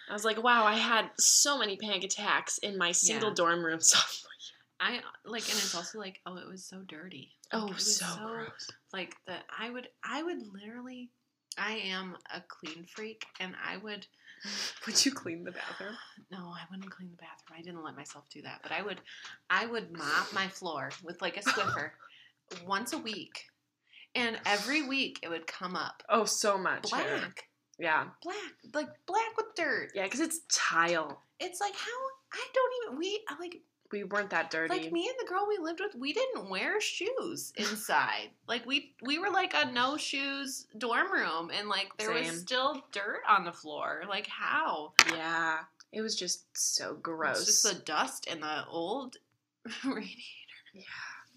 I was like, wow, I had so many panic attacks in my single
Yeah.
dorm room sophomore
I like, and it's also like, oh, it was so dirty.
year.
Like,
Oh,
it was
so gross.
Like that, I would, I would literally, I am a clean freak, and I would,
Would you clean the bathroom?
no, I wouldn't clean the bathroom. I didn't let myself do that, but I would, I would mop my floor with like a Swiffer once a week, and every week it would come up
Oh, so much.
black,
hair. Yeah.
black, like black with dirt.
Yeah, because it's tile.
It's like how I don't even we I, like
We weren't that dirty.
Like me and the girl we lived with, we didn't wear shoes inside. like we we were like a no shoes dorm room, and like there was
Same.
still dirt on the floor. Like how?
Yeah. It was just so gross.
It's just the dust and the old radiator.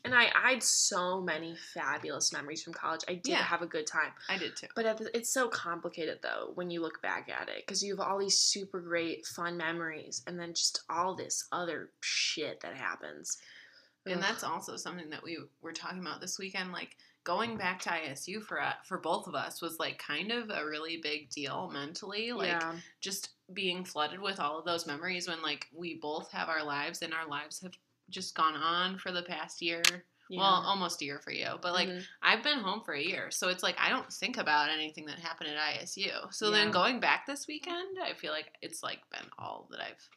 and I, I had so many fabulous memories from college. I did
Yeah.
have a good time.
I did too.
But at the, it's so complicated, though, when you look back at it, because you have all these super great, fun memories, and then just all this other shit that happens.
And
Ugh.
that's also something that we were talking about this weekend. Like going back to ISU for uh, for both of us was like kind of a really big deal mentally. Like
yeah.
just being flooded with all of those memories when like we both have our lives and our lives have just gone on for the past year.
yeah.
Well, almost a year for you, but like
Mhm.
I've been home for a year, so it's like I don't think about anything that happened at ISU. So
Yeah.
then going back this weekend, I feel like it's like been all that I've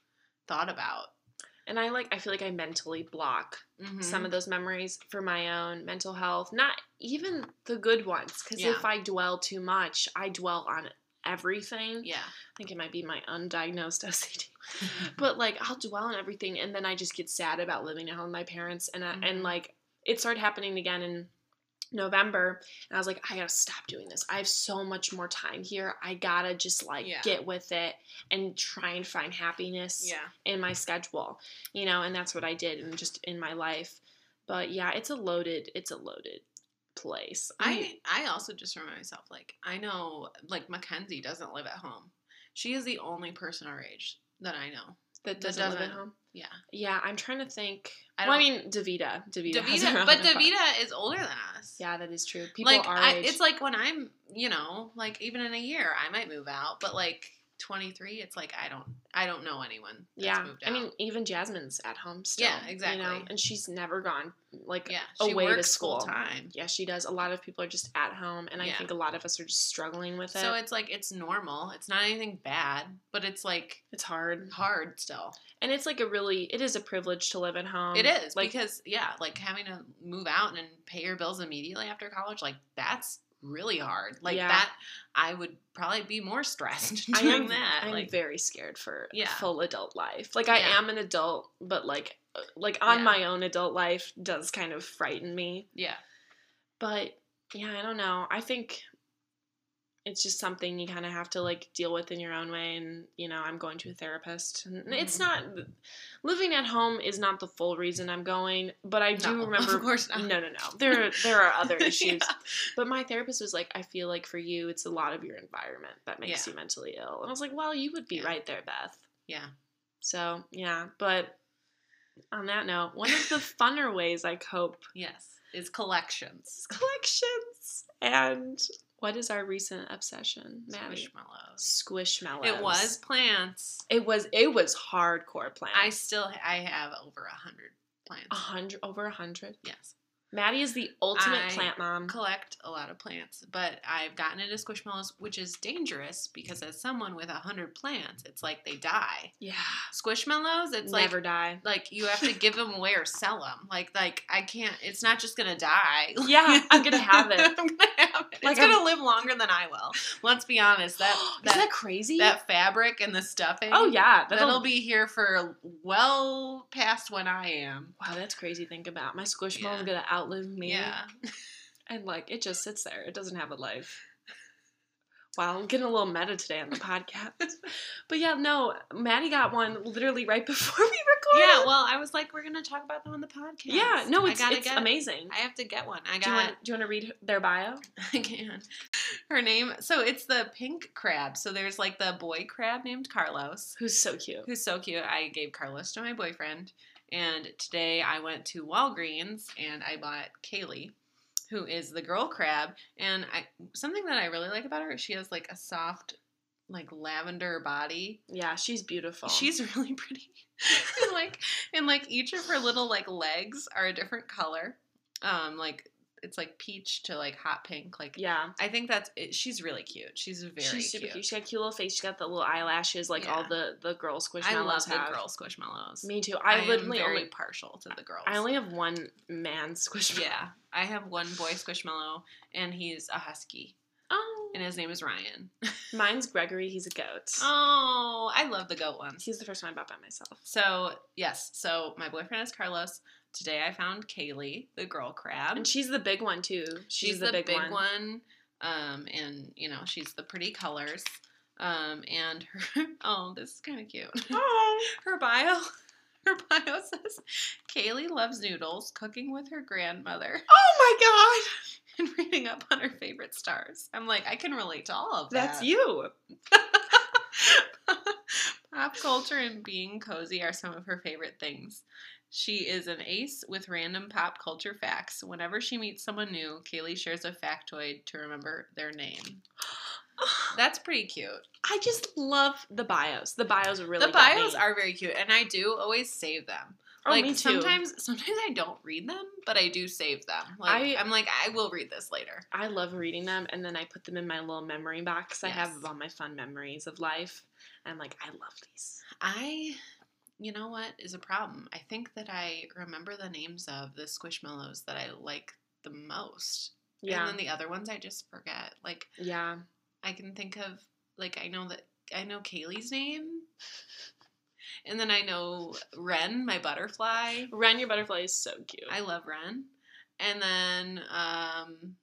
thought about. Mm-hmm.
and I like, I feel like I mentally block some of those memories for my own mental health, not even the good ones. Because
Yeah.
if I dwell too much, I dwell on everything.
yeah,
I think it might be my undiagnosed OCD. but like, I'll dwell on everything, and then I just get sad about living at home with my parents. And I, and
Mhm.
like, it started happening again in November, and I was like, I gotta stop doing this. I have so much more time here. I gotta just like
Yeah.
get with it and try and find happiness
yeah.
in my schedule, you know, and that's what I did and just in my life. But yeah, it's a loaded, it's a loaded place.
I I also just remind myself like I know like Mackenzie doesn't live at home. She is the only person our age that I know.
that
that
doesn't, live at
doesn't-
home.
Yeah.
Yeah, I'm trying to think.
I
well, I
don't-
mean, Davita, Davita, has her
Davita,
own
but
apartment.
Davita is older than us.
Yeah, that is true. People
like
are
I,
age.
it's like when I'm, you know, like even in a year, I might move out, but like 23, it's like I don't, I don't know anyone. That's
yeah.
moved
I
out.
mean, even Jasmine's at home still.
Yeah, exactly.
You know, and she's never gone like.
yeah, she
away to
works
school.
full time,
Yeah, she does. A lot of people are just at home, and I
Yeah.
think a lot of us are just struggling with it.
so it's like it's normal. It's not anything bad, but it's like
it's hard,
hard still.
and it's like a really, it is a privilege to live at home.
it is
Um, like
because yeah, like having to move out and pay your bills immediately after college, like that's really hard. Like
Yeah.
that, I would probably be more stressed
I
doing
am-
that.
I'm
like
very scared for
Yeah.
full adult life. Like I
Yeah.
am an adult, but like uh, like on
Yeah.
my own adult life does kind of frighten me.
yeah,
But yeah, I don't know. I think it's just something you kind of have to like deal with in your own way and you know, I'm going to a therapist. And It's
Mhm.
not living at home is not the full reason I'm going, but I do
No,
remember
Of course, not.
No, no, no. There are, there are other issues.
Yeah.
But my therapist was like, I feel like for you, it's a lot of your environment that makes you mentally ill. And I was like, well, you would be
Yeah.
right there, Beth.
Yeah.
So, yeah. But on that note, one of the funner ways I cope
Yes, is collections.
is collections. And what is our recent obsession, Maddie?
Squishmallows.
Squishmallows.
It was plants.
It was. It was hardcore plants.
I still I have over a hundred
a
plants.
hundred over a hundred.
Yes,
Maddie is the ultimate
I
plant mom.
collect a lot of plants, but I've gotten into squishmallows, which is dangerous because as someone with a hundred plants, it's like they die.
yeah,
Squishmallows, it's
never
like
die.
like you have to give them away or sell them. Like like I can't. It's not just gonna die.
Yeah, I'm gonna have it.
I'm gonna have it.
Like,
it's gonna live longer than I will. Let's be honest. That
is that
that,
crazy?
that fabric and the stuffing.
oh yeah,
That'll, be here for well past when I am.
Wow, that's crazy to think about. My squishmallow
Yeah.
is gonna outlive me.
Yeah.
And like it just sits there. It doesn't have a life. Wow, I'm getting a little meta today on the podcast. but yeah, no, Maddie got one literally right before we recorded.
Yeah, well, I was like, we're gonna talk about them on the podcast.
yeah, no,
I
it's,
gotta
it's
get-
amazing.
I have to get one.
do
I
you
got.
want do you want to read their bio?
I can. Her name. So it's the pink crab. So there's like the boy crab named Carlos,
Who's so cute.
who's so cute. I gave Carlos to my boyfriend, and today I went to Walgreens and I bought Kaylee, who is the girl crab. And I something that I really like about her, is she has like a soft, like lavender body.
Yeah, she's beautiful.
She's really pretty. and like and like each of her little like legs are a different color. Um like it's like peach to like hot pink. Like
yeah.
I think that's it. she's really cute. She's very
she's super
cute.
cute. She got a cute little face. She got the little eyelashes like all
Yeah.
the the girl squishmallows
I love the
have.
girl squishmallows.
Me too.
I,
I,
am
literally
very
only
partial to the girls.
I only have one man squishmallow.
yeah. I have one boy squishmallow and he's a husky
Oh.
and his name is Ryan.
Mine's Gregory. He's a goat.
Oh, I love the goat ones.
He's the first one I bought by myself.
So, yes. So, my boyfriend is Carlos. Today I found Kaylee, the girl crab.
And she's the big one too. She's, the, big, one.
um, and you know she's the pretty colors. Um, and her oh, this is kind of cute.
Oh.
Her bio, her bio says, Kaylee loves noodles, cooking with her grandmother,
oh
and reading up on her favorite stars. I'm like, I can relate to all of that.
That's you.
Pop culture and being cozy are some of her favorite things. She is an ace with random pop culture facts. Whenever she meets someone new, Kaylee shares a factoid to remember their name. That's pretty cute.
I just love the bios. The bios really
the
get
bios
me.
are very cute, and I do always save them.
Oh,
like
me too.
sometimes, sometimes I don't read them, but I do save them. Like
I-
I, am like, I will read this later.
I love reading them and then I put them in my little memory box I have
Yes.
of all my fun memories of life. And I'm like, I love these.
I, you know what is a problem? I think that I remember the names of the squishmallows that I like the most,
Yeah.
and then the other ones I just forget. Like
yeah.
I can think of, like I know that I know Kaylee's name, and then I know Wren, my butterfly.
Ren your butterfly is so cute.
I love Ren. And then um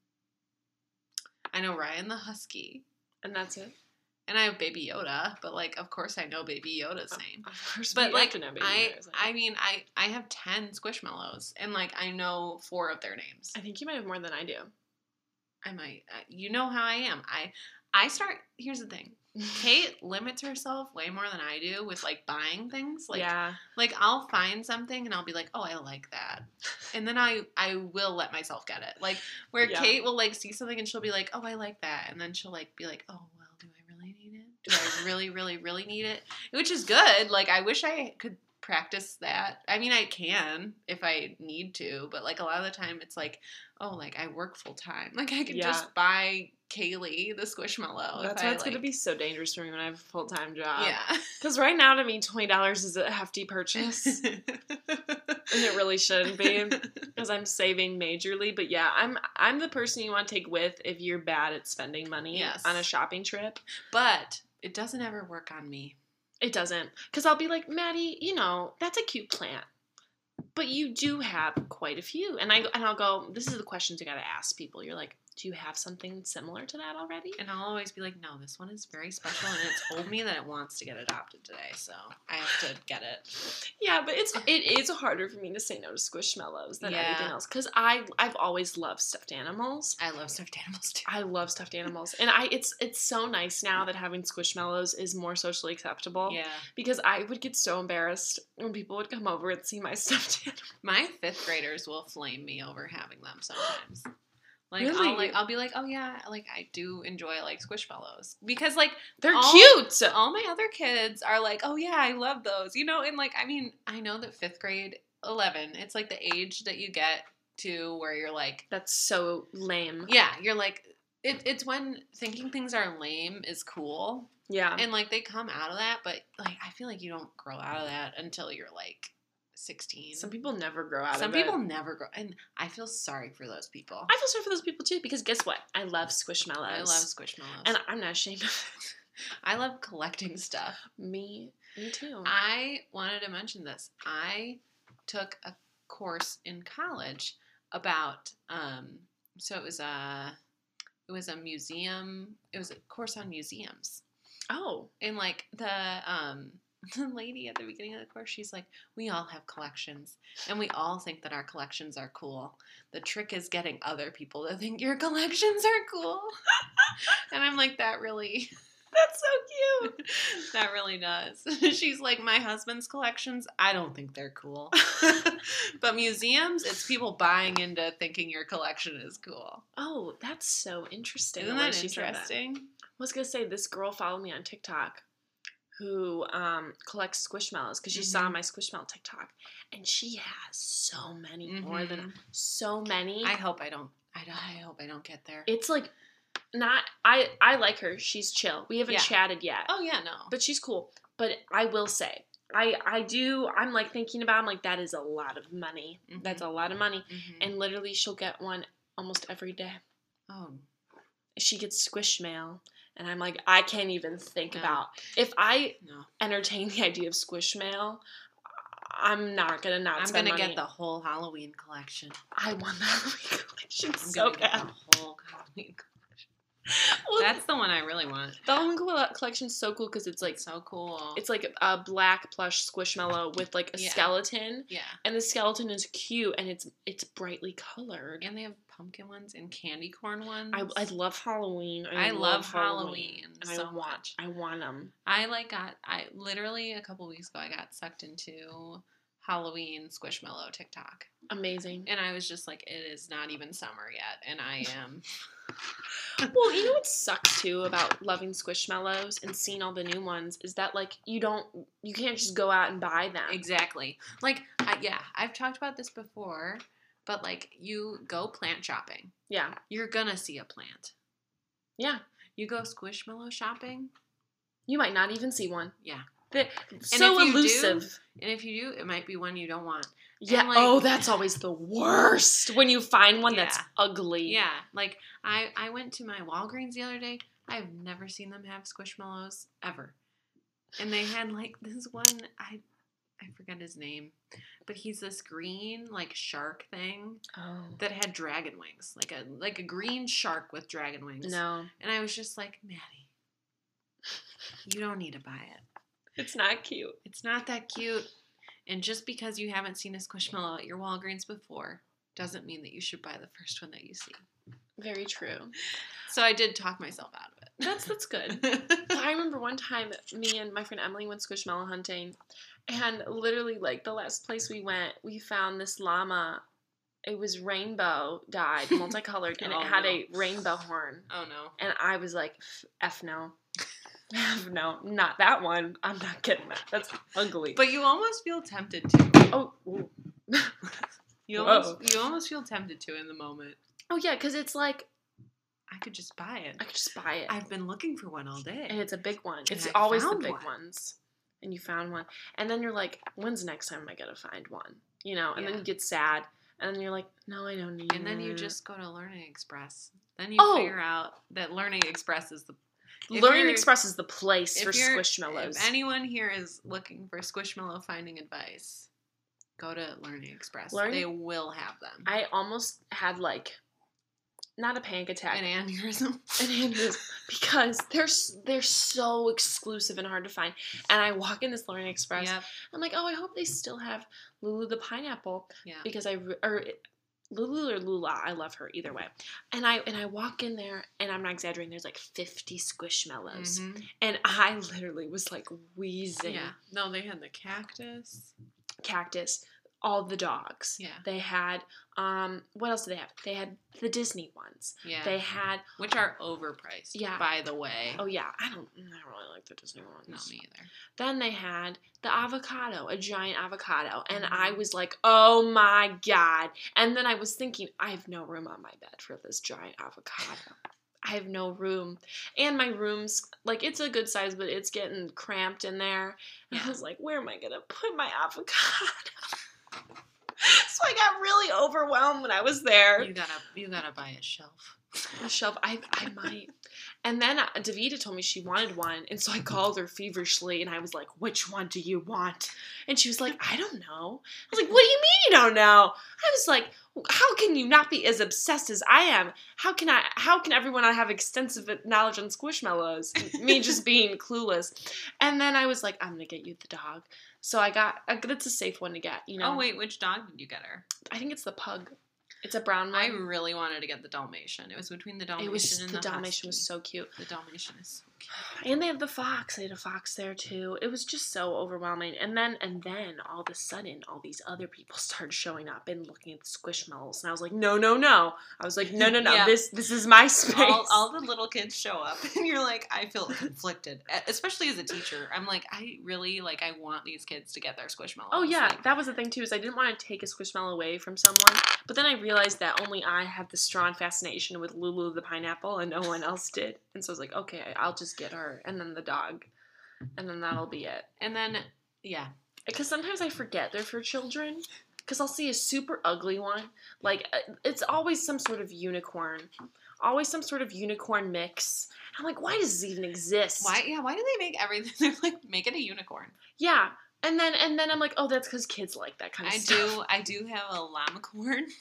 I know Ryan the Husky.
and that's it.
And I have Baby Yoda, but like of course I know Baby Yoda's name.
Of course,
But
we have
like
to know Baby
I
Yoda's name.
I mean I I have 10 squishmallows and like I know four of their names.
I think you might have more than I do.
I might uh, you know how I am. I I start here's the thing. Kate limits herself way more than I do with like buying things. Like
yeah.
like I'll find something and I'll be like, oh, I like that, and then I I will let myself get it. Like where
Yeah.
Kate will like see something and she'll be like, oh, I like that, and then she'll like be like, oh, well, do I really need it? Do I really, really, really need it? Which is good. Like I wish I could practice that. I mean, I can if I need to, but like a lot of the time, it's like, oh, like I work full time. Like I can
Yeah.
just buy Kaylee the Squishmallow. if
That's why
I,
it's
like-
gonna be so dangerous for me when I have a full time job.
Yeah.
Because right now, to me, twenty dollars is a hefty purchase, and it really shouldn't be, because I'm saving majorly. But yeah, I'm I'm the person you want to take with if you're bad at spending money
Yes.
on a shopping trip.
But it doesn't ever work on me.
It doesn't, because I'll be like, Maddie, you know, that's a cute plant, but you do have quite a few, and I and I'll go. This is the questions you got to ask people. You're like, do you have something similar to that already?
And I'll always be like, no, this one is very special and it told me that it wants to get adopted today, so I have to get it.
Yeah, but it's it is harder for me to say no to squishmallows than
Yeah.
anything else because I I've always loved stuffed animals.
I love stuffed animals too.
I love stuffed animals, and I it's it's so nice now that having squishmallows is more socially acceptable.
Yeah.
Because I would get so embarrassed when people would come over and see my stuffed animal.
My fifth graders will flame me over having them sometimes. Like
Really?
I'll like I'll be like, oh yeah, like I do enjoy like squishmallows. Because like
They're
All-
cute.
all my other kids are like, oh yeah, I love those. You know, and like I mean, I know that fifth grade eleven, it's like the age that you get to where you're like
That's so lame.
Yeah, you're like it, it's when thinking things are lame is cool,
Yeah.
and like they come out of that. But like, I feel like you don't grow out of that until you're like sixteen.
Some people never grow out
Some
of it.
people never grow, and I feel sorry for those people.
I feel sorry for those people too because guess what? I love squishmallows.
I love squishmallows,
and
and
I'm not ashamed of it.
I love collecting stuff.
Me, me too.
I wanted to mention this. I took a course in college about um, so it was a it was a museum. It was a course on museums.
Oh,
And like the um the lady at the beginning of the course, she's like, "We all have collections, and we all think that our collections are cool. The trick is getting other people to think your collections are cool." and I'm like, "That really,
that's so cute.
that really does." she's like, "My husband's collections, I don't think they're cool, but museums, it's people buying into thinking your collection is cool.
Oh, that's so interesting.
Isn't
the way
that
she said
interesting?"
I was gonna say this girl followed me on TikTok who um, collects squishmallows because she saw
Mhm.
my squishmallow TikTok, and she has so many more than so many.
Mm-hmm. I hope I don't. I, don't- I hope I don't get there.
it's like not. I I like her. She's chill. We haven't
Yeah.
chatted yet.
oh yeah, no.
but she's cool. But I will say, I I do. I'm like thinking about. I'm like that is a lot of money.
Mhm.
That's a lot of money.
Mhm.
And literally, she'll get one almost every day.
Oh,
She gets squish mail, and I'm like, I can't even think
Yeah.
about if I
no.
entertain the idea of squish mail. I'm not gonna not.
I'm
spend
gonna
money.
get the whole Halloween collection.
I want that collection
I'm
so
gonna
bad.
get the whole Halloween collection.
Well,
That's the one I really want.
the Halloween colle- collection's so cool because it's like
It's so cool.
it's like a black plush squishmallow with like a
Yeah.
skeleton.
yeah.
and the skeleton is cute and it's it's brightly colored.
And they have pumpkin ones and candy corn ones.
I, I love Halloween.
I love Halloween
and
so
I want
much.
I want them.
I like got I literally a couple weeks ago I got sucked into Halloween squishmallow TikTok.
Amazing.
And I was just like, it is not even summer yet, and I am
well, you know what sucks too about loving squishmallows and seeing all the new ones is that like you don't you can't just go out and buy them.
Exactly. Like, I, yeah, I've talked about this before, but like, you go plant shopping,
Yeah.
you're gonna see a plant.
Yeah.
You go squishmallow shopping,
You might not even see one.
Yeah.
The- so
if you do-
elusive.
and if you do, it might be one you don't want.
yeah.
like-
oh, that's always the worst when you find one that's
Yeah.
ugly.
Yeah, like I I went to my Walgreens the other day. I've never seen them have squishmallows ever, and they had like this one I I forget his name, but he's this green like shark thing
Oh.
that had dragon wings, like a like a green shark with dragon wings.
No.
And I was just like, Maddie, you don't need to buy it.
It's not cute.
It's not that cute. And just because you haven't seen a squishmallow at your Walgreens before doesn't mean that you should buy the first one that you see.
Very true.
So I did talk myself out
That's that's good.
of it.
I remember one time me and my friend Emily went squishmallow hunting, and literally like the last place we went, we found this llama. It was rainbow dyed, multicolored, and
Oh,
it had
no.
a rainbow horn.
oh no.
And I was like, "F- "F no, F no, not that one. I'm not getting that. That's ugly."
But you almost feel tempted to.
oh, ooh.
You
Whoa.
almost you almost feel tempted to in the moment.
oh yeah, because it's like
I could just buy it.
I could just buy it,
I've been looking for one all
and
day.
it's a big one.
And
It's
I
always the
found
big
one.
ones. And you found one, and then you're like, "When's the next time I gotta find one?" You know, and
Yeah.
then you get sad, and then you're like, "No, I don't need."
And then you
it."
just go to Learning Express. Then you
Oh.
figure out that Learning Express is the if
Learning
you're-
Express is the place
if
for
you're-
squishmallows.
If anyone here is looking for Squishmallow finding advice, go to Learning Express.
Learn-
They will have them.
I almost had like, not a panic attack,
An aneurysm.
an aneurysm, because they're s- they're so exclusive and hard to find. And I walk in this Learning Express,
Yep.
I'm like, "Oh, I hope they still have Lulu the pineapple."
Yeah.
because I re- or Lulu or Lula, I love her either way. And I and I walk in there and I'm not exaggerating. There's like 50 squishmallows,
Mhm.
and I literally was like wheezing.
Yeah. No, they had the cactus.
Cactus, all the dogs.
Yeah.
They had um what else did they have? They had the Disney ones.
Yeah.
They had
Which are overpriced.
Yeah.
By the way.
oh yeah, I don't I don't really like the Disney ones.
Not me either.
Then they had the avocado, a giant avocado, and
Mhm.
I was like, "Oh my god!" And then I was thinking, I have no room on my bed for this giant avocado. I have no room, and my room's like it's a good size, but it's getting cramped in there. And I
Yeah.
was like, "Where am I gonna put my avocado?" so I got really overwhelmed when I was there.
You gotta you gotta buy a shelf.
A shelf. I, I might. And then uh, Davida told me she wanted one, and so I called her feverishly, and I was like, "Which one do you want?" And she was like, "I don't know." I was like, "What do you mean you don't know?" I was like, "How can you not be as obsessed as I am? How can I? How can everyone not have extensive knowledge on squishmallows? Me just being clueless." And then I was like, "I'm gonna get you the dog." So I got. uh, That's a safe one to get. You know.
Oh wait, which dog did you get her?
I think it's the pug. It's a brown
I
one.
really wanted to get the Dalmatian. It was between the Dalmatian
It was
and
the Dalmatian was
Husky.
so cute.
The Dalmatian is so cute.
And they had the fox. They had a fox there too. It was just so overwhelming. And then and then all of a sudden all these other people started showing up and looking at the squishmallows. And I was like, no, no, no. I was like, no, no, no.
Yeah.
This this is my space.
all, all the little kids show up and you're like i feel conflicted E, especially as a teacher i'm like i really like i want these kids to get their squishmallows
Oh yeah,
Like,
that was the thing too. Is I didn't want to take a squishmallow away from someone, but then I realized that only I had the strong fascination with Lulu the pineapple, and no one else did. And so I was like, okay, I'll just get her, and then the dog, and then that'll be it.
and then yeah
because sometimes I forget they're for children. Because I'll see a super ugly one. Like, uh, it's always some sort of unicorn. Always some sort of unicorn mix. I'm like, why does this even exist?
why yeah why do they make everything they're like make it a unicorn
Yeah. And then and then I'm like, oh, that's because kids like that kind of
i
stuff.
do i do have a llama corn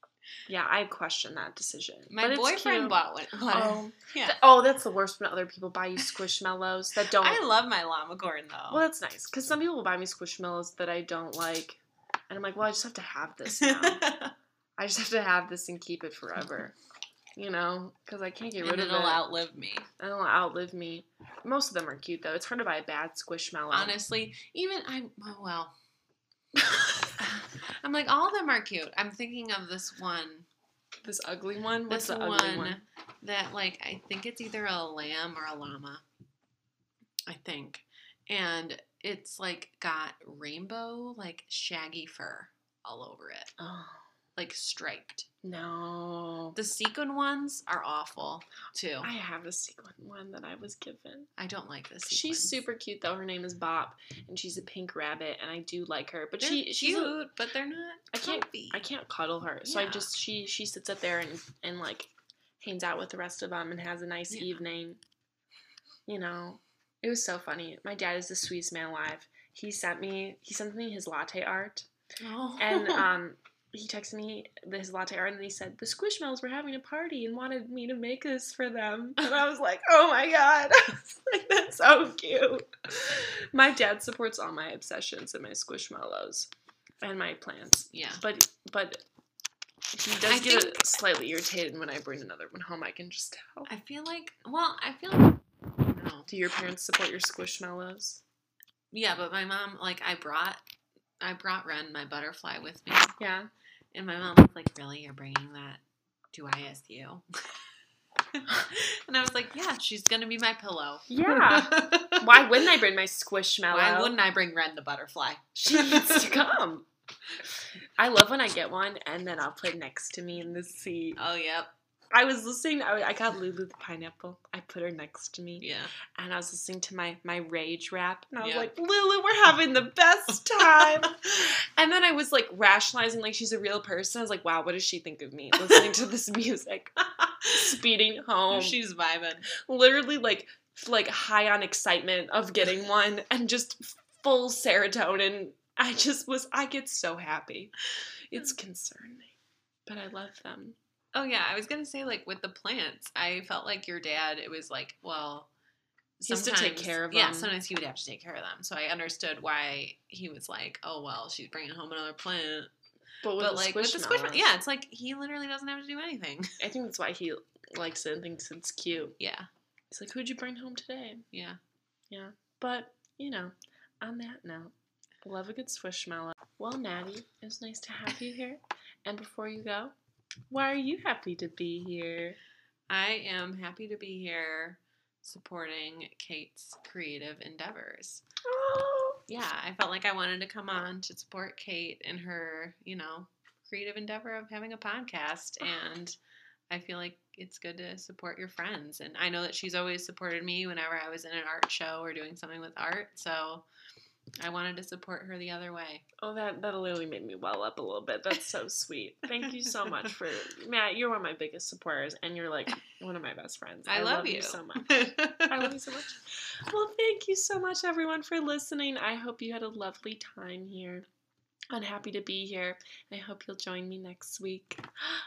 Yeah, I question that decision.
my
But it's
boyfriend
cute.
bought one
Oh,
yeah
th- oh, that's the worst when other people buy you squishmallows that don't.
i love my llama corn though
well, that's nice because some people will buy me squishmallows that I don't like, and I'm like, well, I just have to have this now. I just have to have this and keep it forever. You know, because I can't get rid
and
of it.
it'll outlive me
And it'll outlive me. Most of them are cute though. It's hard to buy a bad squishmallow.
honestly even i'm oh, well i'm like all of them are cute i'm thinking of this one
This ugly one. What's
this
the
one,
ugly one?
that like I think it's either a lamb or a llama. I think. And it's like got rainbow like shaggy fur all over it.
Oh
Like striped.
no!
The sequin ones are awful too.
I have a sequin one that I was given.
I don't like this.
She's super cute though. Her name is Bop, and she's a pink rabbit, and I do like her. But she,
cute,
she's a-
but they're not
I can't-
comfy.
I can't cuddle her, so I
Yeah.
just she she sits up there and and like hangs out with the rest of them and has a nice
Yeah.
evening. You know, it was so funny. My dad is the sweetest man alive. He sent me he sent me his latte art
Oh.
and um. He texted me his latte art and he said the Squishmallows were having a party and wanted me to make this for them. And I was like, oh my god, I was like that's so cute. My dad supports all my obsessions and my Squishmallows and my plants.
yeah.
But but he does
I
get
think-
slightly irritated when I bring another one home. I can just tell.
I feel like well, I feel like no.
Do your parents support your squishmallows?
Yeah, but my mom like I brought I brought Ren my butterfly with me.
Yeah.
And my mom was like, Really? You're bringing that to ISU? and I was like, Yeah, she's going to be my pillow.
Yeah. Why wouldn't I bring my squishmallow?
Why wouldn't I bring Ren the butterfly?
she needs to come? I love when I get one and then I'll put it next to me in the seat.
Oh, yep.
I was listening. I, I got Lulu the pineapple. I put her next to me,
Yeah.
and I was listening to my my rage rap, and I was
Yeah.
like, Lulu, we're having the best time. And then I was like rationalizing, like she's a real person. I was like, wow, what does she think of me listening to this music, speeding home,
she's vibing.
literally like f- like high on excitement of getting one and just full serotonin. I just was, I get so happy. It's concerning, but I love them.
Oh, yeah. I was going to say, like, with the plants, I felt like your dad, it was like, Well,
He has to take
sometimes-
care of
Yeah,
them.
sometimes he would have to take care of them. So I understood why he was like, Oh, well, she's bringing home another plant.
But with
but,
the
like, with the squishmallow, yeah, it's like he literally doesn't have to do anything.
I think that's why he likes it and thinks it's cute.
Yeah.
He's like, who'd you bring home today?
Yeah.
But, you know, on that note, love a good swishmallow. Well, Natty, it was nice to have you here. And before you go, why are you happy to be here?
I am happy to be here supporting Kate's creative endeavors. Yeah, I felt like I wanted to come on to support Kate in her, you know, creative endeavor of having a podcast. And I feel like it's good to support your friends. And I know that she's always supported me whenever I was in an art show or doing something with art. So I wanted to support her the other way.
Oh, that that literally made me well up a little bit. That's so sweet. Thank you so much for Matt. You're one of my biggest supporters, and you're like one of my best friends.
I, love, you.
so much. I love you so much. Well, thank you so much, everyone, for listening. I hope you had a lovely time here. I'm happy to be here. I hope you'll join me next week.